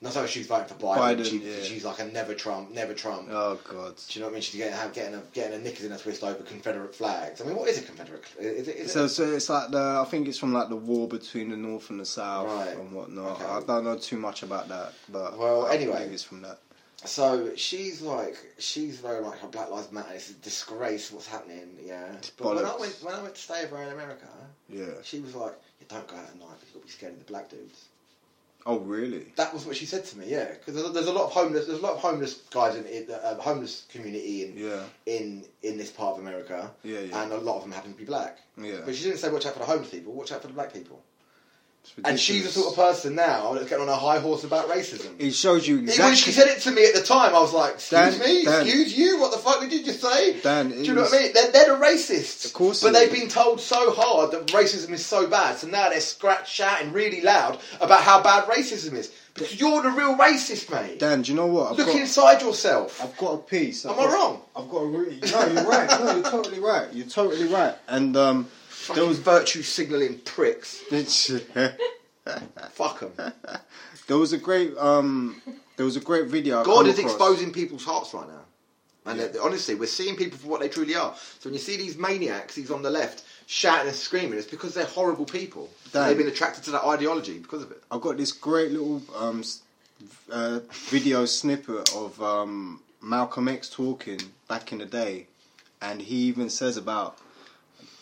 A: No, sorry, she's voting for Biden.
B: Biden,
A: she,
B: yeah.
A: She's like a never Trump, never Trump.
B: Oh God.
A: Do you know what I mean? She's getting her, getting her, getting her knickers in a twist over Confederate flags. I mean, what is a Confederate? cl- Is it, is
B: So,
A: it,
B: so it's like the I think it's from like the war between the north and the south
A: Right.
B: and whatnot.
A: Okay.
B: I don't know too much about that, but
A: Well,
B: I
A: anyway.
B: think it's from that.
A: so she's like, she's very like her Black Lives Matter. It's a disgrace what's happening. Yeah. But when I
B: bollocks.
A: went when I went to stay over in America,
B: Yeah.
A: she was like, "You don't go out at night because you've got to be scared of the black dudes."
B: Oh really?
A: That was what she said to me. Yeah, because there's, there's a lot of homeless. There's a lot of homeless guys in in the uh, homeless community in
B: Yeah.
A: in in this part of America,
B: Yeah. Yeah.
A: and a lot of them happen to be black.
B: yeah.
A: But she didn't say, "Watch out for the homeless people. Watch out for the black people."
B: It's
A: And she's the
B: ridiculous.
A: sort of person now that's getting on a high horse about racism.
B: It shows you
A: Even When she
B: exactly.
A: said it to me at the time, I was like, excuse
B: Dan-
A: me?
B: Dan.
A: Excuse you? What the fuck did you just say?
B: Dan,
A: Do
B: it
A: you know what I
B: was-
A: mean? They're, they're the racists.
B: Of course
A: But
B: it
A: they've
B: is.
A: been told so hard that racism is so bad, so now they're scratch shouting really loud about how bad racism is. Because you're the real racist, mate.
B: Dan, do you know what? I've
A: Look
B: got,
A: inside yourself.
B: I've got a piece. I've
A: Am I
B: got-
A: wrong?
B: I've got a really. No, you're right. No, you're totally right. You're totally right. And um, there was.
A: virtue signalling pricks. Fuck them.
B: there was a great um, there was a great video. I
A: God
B: come
A: is
B: across.
A: exposing people's hearts right now. And
B: Yeah.
A: they're- honestly, we're seeing people for what they truly are. So when you see these maniacs, these on the left, shouting and screaming, it's because they're horrible people.
B: Dan.
A: They've been attracted to that ideology because of it.
B: I got this great little um, s- uh, video snippet of um, Malcolm X talking back in the day, and he even says about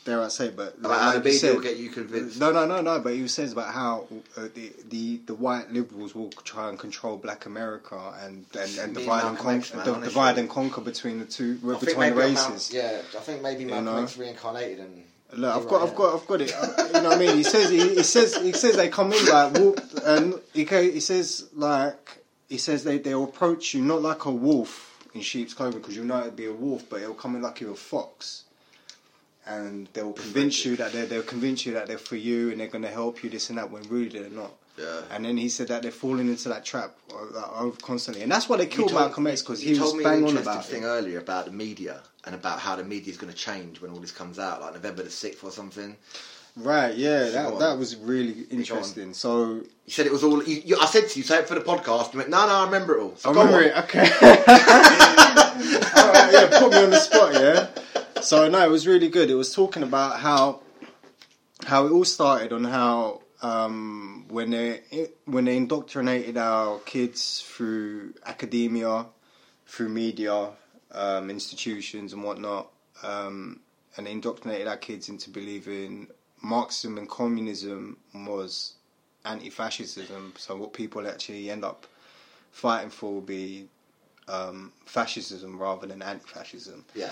B: dare I say, but
A: About how the
B: you
A: media
B: said-
A: will get you convinced.
B: No, no, no, no. But he says about how uh, the, the the white liberals will try and control Black America and and, and
A: Me
B: divide
A: and
B: and
A: Malcolm X,
B: conquer,
A: man, honestly.
B: divide and conquer between the two between the
A: maybe
B: races.
A: yeah, I think maybe
B: Malcolm
A: Malcolm
B: know?
A: X
B: X
A: reincarnated and.
B: Look, I've got, I've got, I've got it. I- You know what I mean? He says, he, he says, he says they come in like wolf, and he, ca- he says like he says they they will approach you not like a wolf in sheep's clothing because you know it'd be a wolf, but it'll come in like you're a fox, and they'll convince you that they're, they'll convince you that they're for you and they're going to help you this and that when really they're not.
A: Yeah.
B: And then he said that they're falling into that trap uh, like, over constantly, and that's why they killed Malcolm X because he was bang on about
A: thing
B: it.
A: earlier about the media and about how the media is going to change when all this comes out, like November the sixth or something.
B: Right? Yeah,
A: Go
B: that
A: on.
B: that was really interesting. So.
A: You said it was all. You, you, I said to you, say it for the podcast. You went, no, no, I remember it all. So
B: I
A: go
B: remember
A: on.
B: it. Okay. Alright, yeah, put me on the spot. Yeah. So no, it was really good. It was talking about how how it all started on how um, when they when they indoctrinated our kids through academia, through media, um, institutions and whatnot, um, and they indoctrinated our kids into believing Marxism and communism was anti-fascism. So what people actually end up fighting for will be um, fascism rather than anti-fascism.
A: Yeah.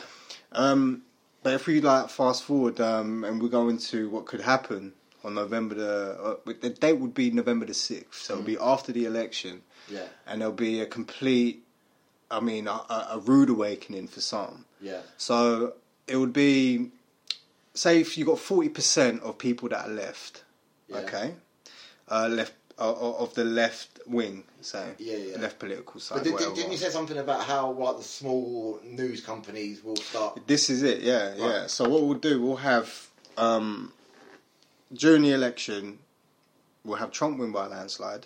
B: Um, but if we like fast forward um, and we go into what could happen on November the uh, with- the date would be November the sixth, so it'll be
A: Mm.
B: after the election,
A: Yeah.
B: and there'll be a complete, I mean, a, a a rude awakening for some.
A: Yeah.
B: So it would be, say, if you got forty percent of people that are left,
A: Yeah.
B: okay, uh, left uh, of the left wing, say,
A: Yeah, yeah.
B: left political side.
A: But did,
B: whatever.
A: didn't you say something about how like the small news companies will start?
B: This is it, yeah, yeah. So what we'll do, we'll have um, during the election, we'll have Trump win by a landslide.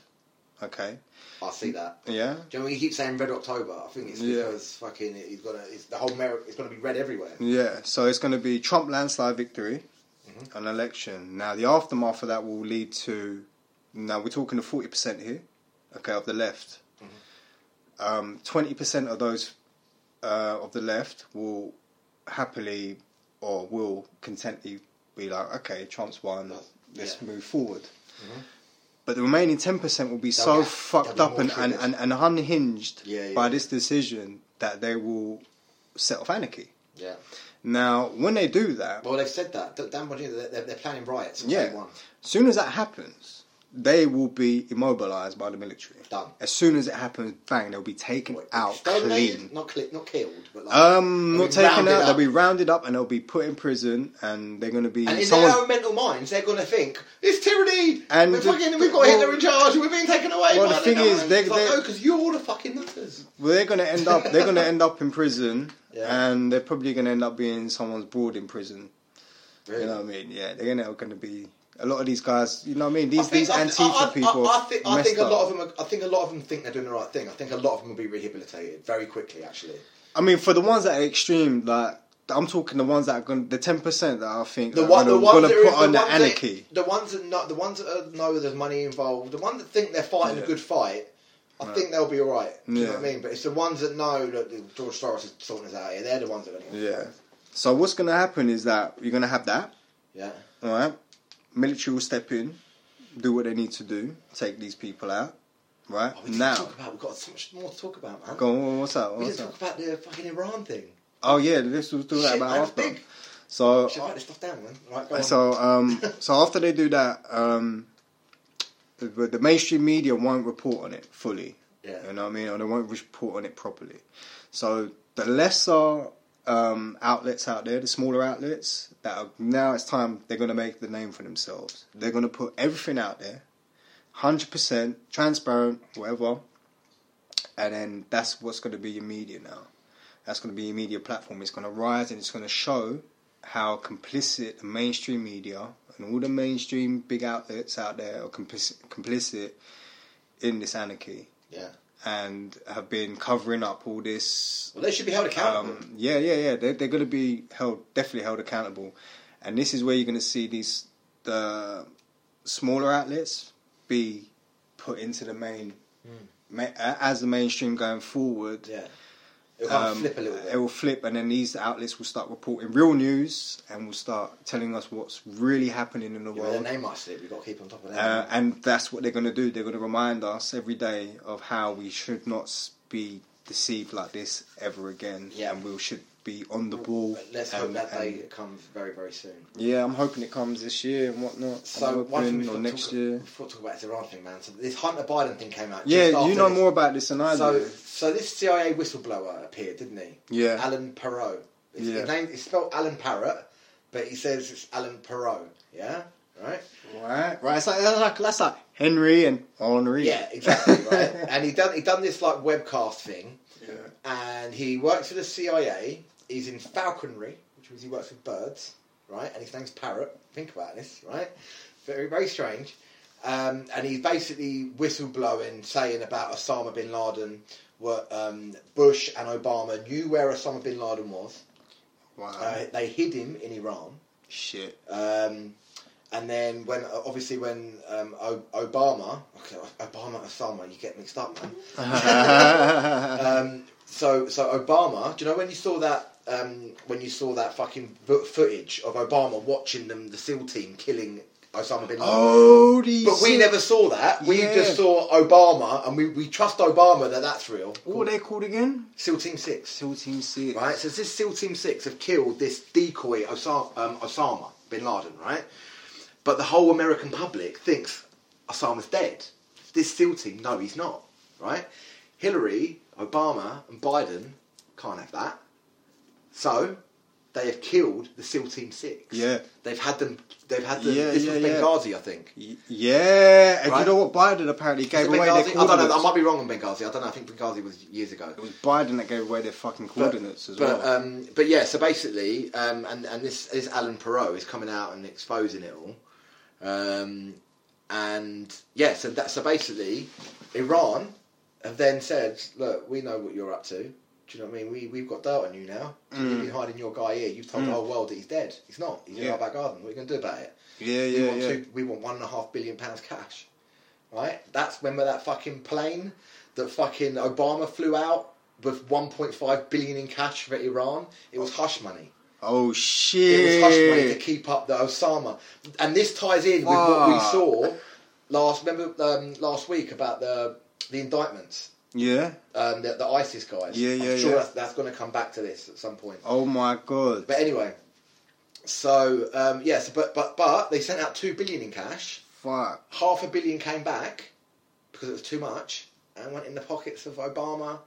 B: Okay,
A: I see that.
B: yeah,
A: Do you know when you keep saying Red October? I think it's
B: Yeah.
A: because fucking he's gonna it's, the whole America it's gonna be red everywhere.
B: yeah. So it's going to be Trump landslide victory,
A: Mm-hmm.
B: an election. Now the aftermath of that will lead to. Now we're talking the forty percent here, okay, of the left.
A: Mm-hmm.
B: Um, Twenty percent of those uh, of the left will happily or will contently be like, okay, Trump's won, let's
A: Yeah. Mm-hmm.
B: move forward. But the remaining ten percent will be so
A: They'll be- they'll
B: fucked
A: be
B: up
A: more
B: and, and,
A: triggered.
B: and, and unhinged
A: Yeah, yeah.
B: by this decision that they will set off anarchy.
A: Yeah.
B: Now, when they do that,
A: Well, they've said that. Dan Bongino, they're, they're planning riots. on day
B: yeah,
A: One.
B: as soon as that happens, they will be immobilized by the military.
A: Done.
B: As soon as it happens, bang, they'll be taken out
A: Donated,
B: clean.
A: Not, cli- not killed, but like.
B: Um,
A: They'll
B: not
A: be
B: taken
A: rounded
B: out. They'll
A: up.
B: be rounded up and they'll be put in prison, and they're going to be
A: and in
B: someone.
A: their own mental minds, they're going to think, it's tyranny! And
B: And
A: we're
B: the-
A: fucking, we've got
B: well-
A: Hitler in charge, we're being taken away
B: Well,
A: by
B: the thing
A: government."
B: is, they-
A: It's like,
B: they-
A: no, because you're all the fucking nutters.
B: Well, they're going to end up. They're going to end up in prison,
A: Yeah.
B: and they're probably going to end up being someone's broad in prison.
A: Really?
B: You know what I mean? Yeah, they're going to, going to be a lot of these guys. You know what I mean?
A: I
B: These
A: think-
B: these
A: I- I-
B: Antifa
A: I- I-
B: people.
A: I, think, I think a
B: messed up.
A: lot of them. Are, I think a lot of them think they're doing the right thing. I think a lot of them will be rehabilitated very quickly. Actually,
B: I mean, for the ones that are extreme, like I'm talking the ones that are going, the ten percent that I think
A: the,
B: are
A: one, the
B: going
A: ones
B: to
A: that
B: put
A: are-
B: on
A: the
B: the
A: ones that-
B: anarchy.
A: the ones that know, the ones that uh, know there's money involved, the ones that think they're fighting
B: Yeah.
A: a good fight. I think they'll be all right. Do you know what I
B: Yeah.
A: mean? But it's the ones that know that George Soros is sorting us out here. They're the ones that are going to
B: Yeah. So what's going to happen is that you're going to have that.
A: yeah.
B: All right. Military will step in, do what they need to do, take these people out. Right
A: Oh, we didn't
B: now,
A: talk about. We've got so much more to talk about, man.
B: go on. What's up?
A: we
B: What's
A: didn't
B: up?
A: talk about the fucking Iran thing.
B: Oh yeah, let's do that
A: Shit,
B: about
A: man, it's
B: after.
A: big.
B: So,
A: We should write this stuff down, man. Right, go
B: uh,
A: on.
B: so um, so after they do that, um, the, the mainstream media won't report on it fully.
A: yeah.
B: You know what I mean? Or they won't report on it properly. So the lesser um, outlets out there, the smaller outlets, that are, now it's time they're going to make the name for themselves. They're going to put everything out there, hundred percent transparent, whatever. And then that's what's going to be your media now. That's going to be your media platform. It's going to rise and it's going to show how complicit the mainstream media and all the mainstream big outlets out there are complicit, complicit in this anarchy
A: Yeah.
B: and have been covering up all this.
A: Well, they should be held accountable.
B: Um, yeah, yeah, yeah. They're, they're going to be held, definitely held accountable. And this is where you're going to see these the smaller outlets be put into the main, ma- a as the mainstream going forward.
A: Hmm. yeah. It'll kind of
B: um,
A: flip a little bit.
B: It will flip, and then these outlets will start reporting real news and will start telling us what's really happening in the
A: Yeah, but
B: world.
A: their name might slip. We've got to keep on top of
B: Uh,
A: that.
B: and that's what they're going to do. They're going to remind us every day of how we should not s- be deceived like this ever again.
A: Yeah.
B: And we should be on the ball.
A: But Let's hope
B: and-
A: that
B: and-
A: day comes very, very soon.
B: Yeah, I'm hoping it comes this year and whatnot. I'm
A: So one thing
B: hoping,
A: we've got
B: or
A: to
B: next
A: talk,
B: year.
A: We've got to talk about this Iran thing, man. So this Hunter Biden thing came out. just
B: Yeah,
A: after
B: you know
A: this.
B: more about this than I
A: So,
B: do.
A: so this CIA whistleblower appeared, didn't he?
B: Yeah.
A: Alan Perot. It's,
B: Yeah.
A: His name is spelled Alan Parrot, but he says it's Alan Perot. Yeah. uh, Right.
B: Right, right. It's like, that's like that's like Henry and Henri.
A: Yeah, exactly. Right. and he done he done this like webcast thing,
B: yeah.
A: and he works for the CIA. He's in falconry, which means he works with birds, right? And his name's Parrot. Think about this, right? Very, very strange. Um, and he's basically whistleblowing, saying about Osama bin Laden, what um, Bush and Obama knew where Osama bin Laden was.
B: Wow.
A: Uh, they hid him in Iran.
B: Shit.
A: Um, and then when uh, obviously when um, o- Obama, okay, Obama Osama, you get mixed up, man. Um, so so Obama, do you know when you saw that um, when you saw that fucking vo- footage of Obama watching them, the SEAL team killing Osama bin Laden?
B: oh, these.
A: But we never saw that. We
B: Yeah.
A: just saw Obama, and we, we trust Obama that that's real.
B: What were they called again?
A: SEAL Team Six,
B: Till Team Six.
A: right? So this SEAL Team Six have killed this decoy Osama, um, Osama bin Laden, right? But the whole American public thinks Osama's dead. This SEAL team, no, he's not, right? Hillary, Obama, and Biden can't have that. So they have killed the SEAL Team Six.
B: Yeah.
A: they've had them. They've had them.
B: Yeah,
A: this
B: yeah,
A: was
B: yeah.
A: Benghazi, I think.
B: Y- Yeah, and
A: Right?
B: you know what? Biden apparently gave
A: Was it
B: away their
A: Benghazi? I don't
B: coordinates.
A: know. I might be wrong on Benghazi. I don't know. I think Benghazi was years ago.
B: It was Biden that gave away their fucking coordinates as
A: but,
B: well.
A: Um, but yeah, so basically, um, and and this this Alan Perot is coming out and exposing it all, um, and yeah, so that so basically, Iran have then said, look, we know what you're up to. Do you know what I mean? We we've got dirt on you now. So You've been hiding your guy here. You've told the whole world that he's dead. He's not. He's in
B: Mm. Yeah.
A: our back garden. What are you going to do about it?
B: yeah,
A: we
B: yeah,
A: want
B: yeah.
A: Two, we want one and a half billion pounds cash. Right? That's remember that fucking plane that fucking Obama flew out with 1.5 billion in cash for Iran. It was hush money.
B: Oh
A: It was hush money to
B: shit!
A: keep up the Osama. And this ties in with what we
B: Fuck.
A: saw last. Remember um, last week about the the indictments.
B: Yeah.
A: Um, the, the ISIS guys.
B: Yeah, yeah,
A: I'm sure
B: yeah.
A: that's, that's going to come back to this at some point.
B: Oh my god.
A: But anyway, so um, yes, but but but they sent out two billion in cash,
B: fuck.
A: Half a billion came back because it was too much and went in the pockets of Obama,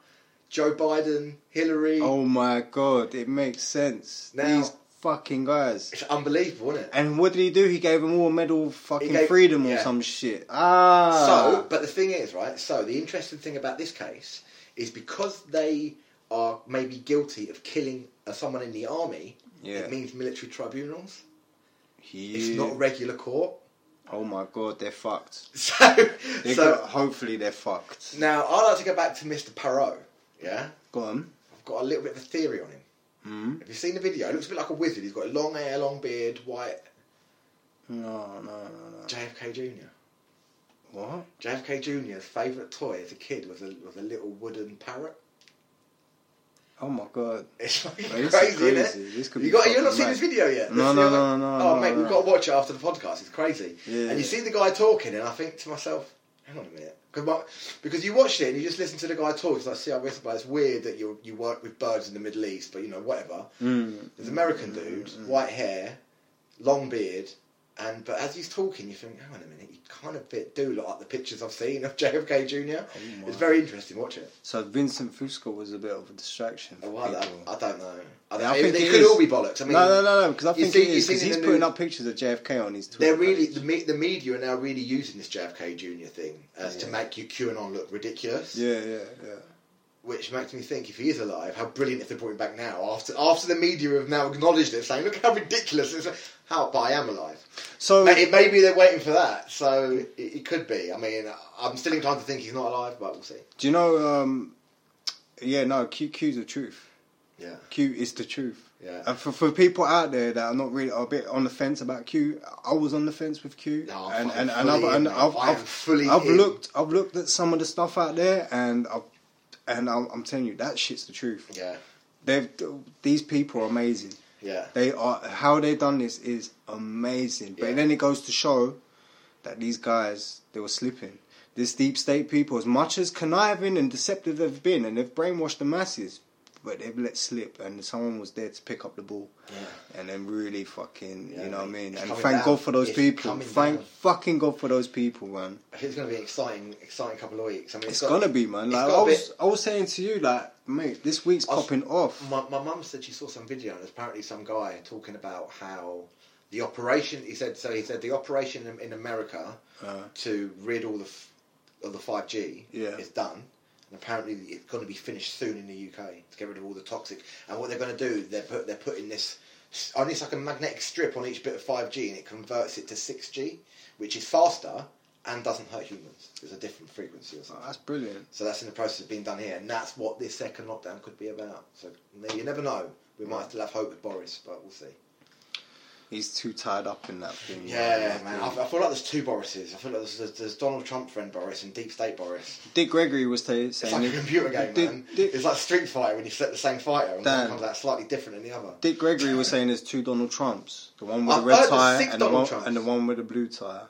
A: Joe Biden, Hillary.
B: Oh my god, it makes sense.
A: Now-
B: These fucking guys.
A: It's unbelievable, isn't it?
B: And what did he do? He gave them all a medal of fucking
A: gave-
B: freedom or
A: yeah.
B: some shit. Ah.
A: So, but the thing is, right? So the interesting thing about this case is because they are maybe guilty of killing uh, someone in the army.
B: Yeah.
A: It means military tribunals.
B: he,
A: It's not a regular court.
B: oh my god, they're fucked.
A: So,
B: They
A: so
B: got, hopefully they're fucked.
A: now I'd like to go back to Mr. Perot. Yeah,
B: Go on.
A: I've got a little bit of a theory on him.
B: Hmm?
A: Have you seen the video? He looks a bit like a wizard. He's got long hair, long beard, white.
B: No, no, no, no.
A: JFK Jr.
B: What?
A: JFK Jr.'s favourite toy as a kid was a was a little wooden parrot.
B: Oh my god.
A: It's fucking crazy,
B: Mate, this is
A: isn't
B: crazy.
A: it?
B: This could
A: you
B: be
A: got you not
B: fucking
A: seen this
B: mad.
A: video yet?
B: No,
A: This
B: no,
A: video-
B: no, no,
A: Oh
B: no,
A: mate,
B: no,
A: we've
B: no.
A: got to watch it after the podcast. It's crazy.
B: Yeah.
A: And you see the guy talking, and I think to myself, hang on a minute, 'Cause my- because you watched it and you just listen to the guy talk. It's like, see, I realize it's weird that you you work with birds in the Middle East, but you know whatever.
B: Mm.
A: This American dude, white hair, long beard, and but as he's talking, you think, hang on a minute, you kind of bit do look like the pictures I've seen of JFK Jr.
B: my.
A: it's very interesting. Watch it.
B: So Vincent Fusco was a bit of a distraction for
A: Oh, I,
B: people.
A: don't- I don't know. I don't,
B: I
A: I
B: think
A: they
B: it
A: could
B: is.
A: all be bollocks. I mean,
B: no, no, no, no, because I
A: you
B: think
A: see-
B: it is
A: you see
B: because
A: in
B: he's
A: the
B: putting
A: new-
B: up pictures of JFK on his Twitter.
A: They're really
B: page.
A: the, me- the media are now really using this JFK Jr. thing as to
B: Yeah.
A: make you QAnon look ridiculous.
B: yeah, yeah, yeah.
A: Which makes me think if he is alive, how brilliant if they brought him back now after after the media have now acknowledged it, saying look how ridiculous. It's like, how but I am alive.
B: So
A: It may be they're waiting for that, so it, it could be. I mean, I'm still inclined to think he's not alive, but we'll see.
B: do you know? Um, yeah, no, Q Q's the truth.
A: Yeah,
B: Q is the truth.
A: Yeah.
B: And Uh, for for people out there that are not really are a bit on the fence about Q, I was on the fence with Q.
A: No, I'm fucking
B: and and, and
A: fully
B: I've
A: in,
B: and
A: mate.
B: I've,
A: I am
B: I've-
A: fully
B: I've
A: in.
B: looked I've looked at some of the stuff out there, and I've and I'm, I'm telling you that shit's the truth.
A: yeah,
B: They've these people are amazing.
A: yeah.
B: They are how they done this is amazing. But
A: Yeah.
B: then it goes to show that these guys they were slipping. This deep state people, as much as conniving and deceptive they've been, and they've brainwashed the masses, but they've let slip, and someone was there to pick up the ball, and then really fucking,
A: Yeah,
B: you know what I
A: mate.
B: mean?
A: It's
B: And
A: coming
B: thank
A: down.
B: God for those
A: It's
B: people.
A: coming
B: Thank
A: down.
B: fucking God for those people, man.
A: It's going to be an exciting, exciting couple of weeks. I mean,
B: It's
A: got-
B: gonna be, man.
A: it's
B: Like I
A: got a
B: was, I was saying to you, like, mate, this week's
A: I've-
B: popping off.
A: My my mum said she saw some video and apparently some guy talking about how the operation. He said so. He said the operation in, in America
B: Uh.
A: to rid all the f- of the five G
B: Yeah.
A: is done. And apparently it's going to be finished soon in the UK to get rid of all the toxic. And what they're going to do, they're put they're putting this s- on this like a magnetic strip on each bit of five G and it converts it to six G, which is faster and doesn't hurt humans. It's a different frequency or something.
B: Oh, that's brilliant.
A: So that's in the process of being done here, and that's what this second lockdown could be about. So you never know. We might still have hope with Boris, but we'll see.
B: He's too tied up in that thing.
A: Yeah,
B: I
A: man.
B: think.
A: I, I feel like there's two Borises. I feel like there's, there's, there's Donald Trump friend Boris and Deep State Boris.
B: Dick Gregory was ta-
A: It's
B: saying
A: like a
B: it-
A: computer game,
B: Dick,
A: man.
B: Dick,
A: It's like Street Fighter when you select the same fighter and
B: Dan.
A: one comes out slightly different than the other.
B: Dick Gregory was saying there's two Donald Trumps, the one with
A: I've
B: the red
A: heard there's
B: tie
A: six
B: and the,
A: Donald
B: one,
A: Trumps.
B: and the one with the blue tie.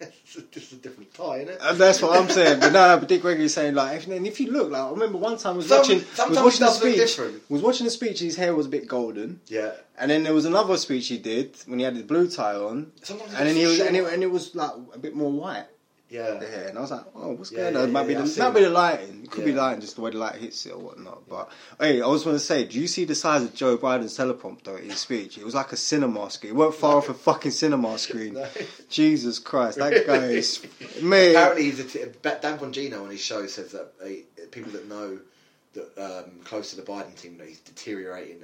A: it's just a different tie, isn't it?
B: And that's what I'm saying. But no, but Dick Gregory's saying like, if, and if you look, like I remember one time I was
A: Some-
B: watching, was
A: sometimes it
B: watching a
A: does look
B: speech,
A: different.
B: was watching a speech. His hair was a bit golden,
A: yeah.
B: and then there was another speech he did when he had his blue tie on,
A: Sometimes it
B: and then he was,
A: looks
B: and, it,
A: short.
B: and it was like a bit more white
A: Yeah.
B: the hair, and I was like, oh, what's
A: Yeah,
B: going
A: yeah,
B: on? It might
A: yeah,
B: be
A: yeah, I've
B: the,
A: seen
B: might be
A: that.
B: the lighting. It could be
A: Yeah.
B: lighting, just the way the light hits it or whatnot. But hey, I was going to say, do you see the size of Joe Biden's teleprompter in his speech? It was like a cinema screen. It weren't far off a fucking cinema screen.
A: No.
B: Jesus Christ, that guy
A: Really?
B: is man.
A: Apparently, he's a t- Dan Bongino on his show says that uh, people that know that um, close to the Biden team that he's deteriorating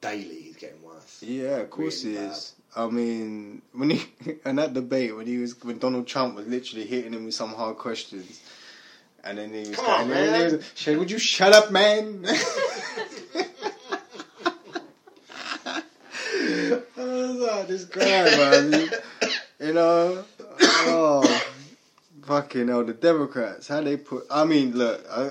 A: daily. He's getting worse.
B: Yeah, of course
A: Really
B: he is. I mean, when he and that debate when he was when Donald Trump was literally hitting him with some hard questions, and then he was,
A: Come on,
B: going, and then he
A: man.
B: was, "Shit, would you shut up, man?" I was like, this guy, man. you know, oh, fucking hell, the Democrats, how they put. I mean, look, I,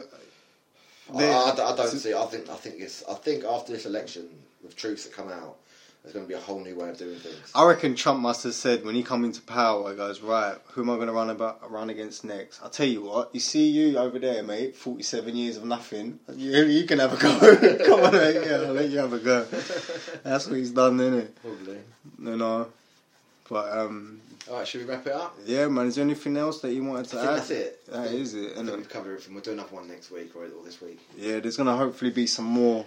B: they-
A: I, I d- I don't see. I think. I think it's. I think after this election, with truths that come out, there's going to be a whole new way of doing things.
B: I reckon Trump must have said when he come into power, he goes, right, who am I going to run about, run against next? I'll tell you what, you see you over there, mate, 47 years of nothing. You, you can have a go. come on, mate, yeah, I'll let you have a go. That's what he's done, innit?
A: Probably.
B: You know? But, um,
A: All right, should we wrap it up?
B: Yeah, man. Is there anything else that you wanted to
A: I think
B: add?
A: that's it.
B: That is it.
A: I
B: innit?
A: think we've covered everything. We'll do another one next week or, or this week.
B: Yeah, there's gonna hopefully be some more.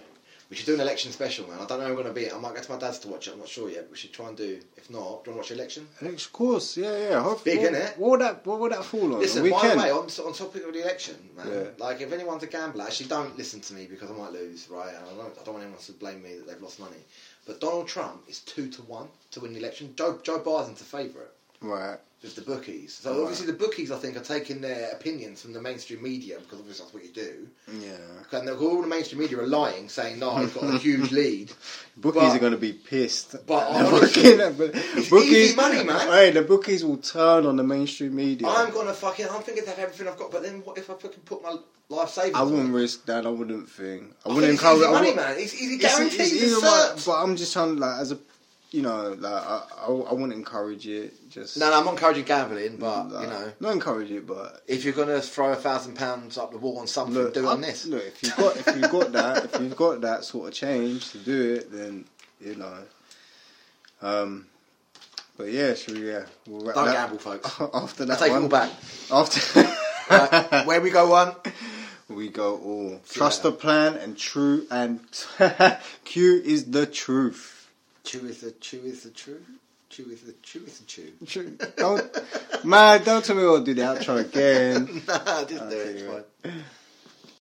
A: We should do an election special, man. I don't know who I'm going to be. I might go to my dad's to watch it. I'm not sure yet. But we should try and do. If not, do you want to watch the election?
B: Of course, yeah, yeah. Hopefully,
A: Big,
B: what,
A: innit?
B: What would that? What would that fall on?
A: Listen,
B: we
A: by
B: can.
A: the way, on, on topic of the election, man,
B: Yeah.
A: like if anyone's a gambler, actually don't listen to me because I might lose, right? And I don't, I don't want anyone to blame me that they've lost money. But Donald Trump is two to one to win the election. Joe, Joe Biden's a favourite
B: right.
A: with the bookies. So
B: Right.
A: obviously the bookies, I think, are taking their opinions from the mainstream media because obviously that's what you do.
B: Yeah.
A: And the- all the mainstream media are lying, saying no, he's got a huge lead.
B: Bookies
A: But-
B: are gonna be pissed.
A: but
B: The
A: honestly,
B: bookie-
A: it's easy money, man.
B: Hey, the bookies will turn on the mainstream media.
A: I'm gonna fucking. I'm thinking to have everything I've got, but then what if I fucking put my life savings?
B: I
A: on?
B: wouldn't risk that. I wouldn't think. I
A: I
B: wouldn't
A: think it's easy
B: I
A: money,
B: wouldn't-
A: man. It's easy
B: It's-
A: guaranteed.
B: it's
A: It's,
B: either
A: certs.
B: one, but I'm just trying to like as a, you know, like I, I, I wouldn't encourage it. Just
A: No, no, I'm not encouraging gambling, but
B: like,
A: you know,
B: not encourage it, but
A: if you're gonna throw a thousand pounds up the wall on something,
B: look,
A: do it
B: I-
A: on this.
B: Look, if you've got if you've got that if you've got that sort of change to do it, then you know. Um, but yeah, so yeah, we'll wrap
A: Don't
B: that-
A: gamble, folks.
B: After
A: I
B: that,
A: take it
B: one,
A: all back.
B: After
A: Right, where we go one,
B: we go all trust
A: Yeah.
B: the plan and true and Q is the truth.
A: chew is the chew is the true, chew is the chew is the chew.
B: Don't, man, don't tell me we'll do the outro again.
A: nah, just do it.
B: Okay,
A: It's
B: right.
A: fine.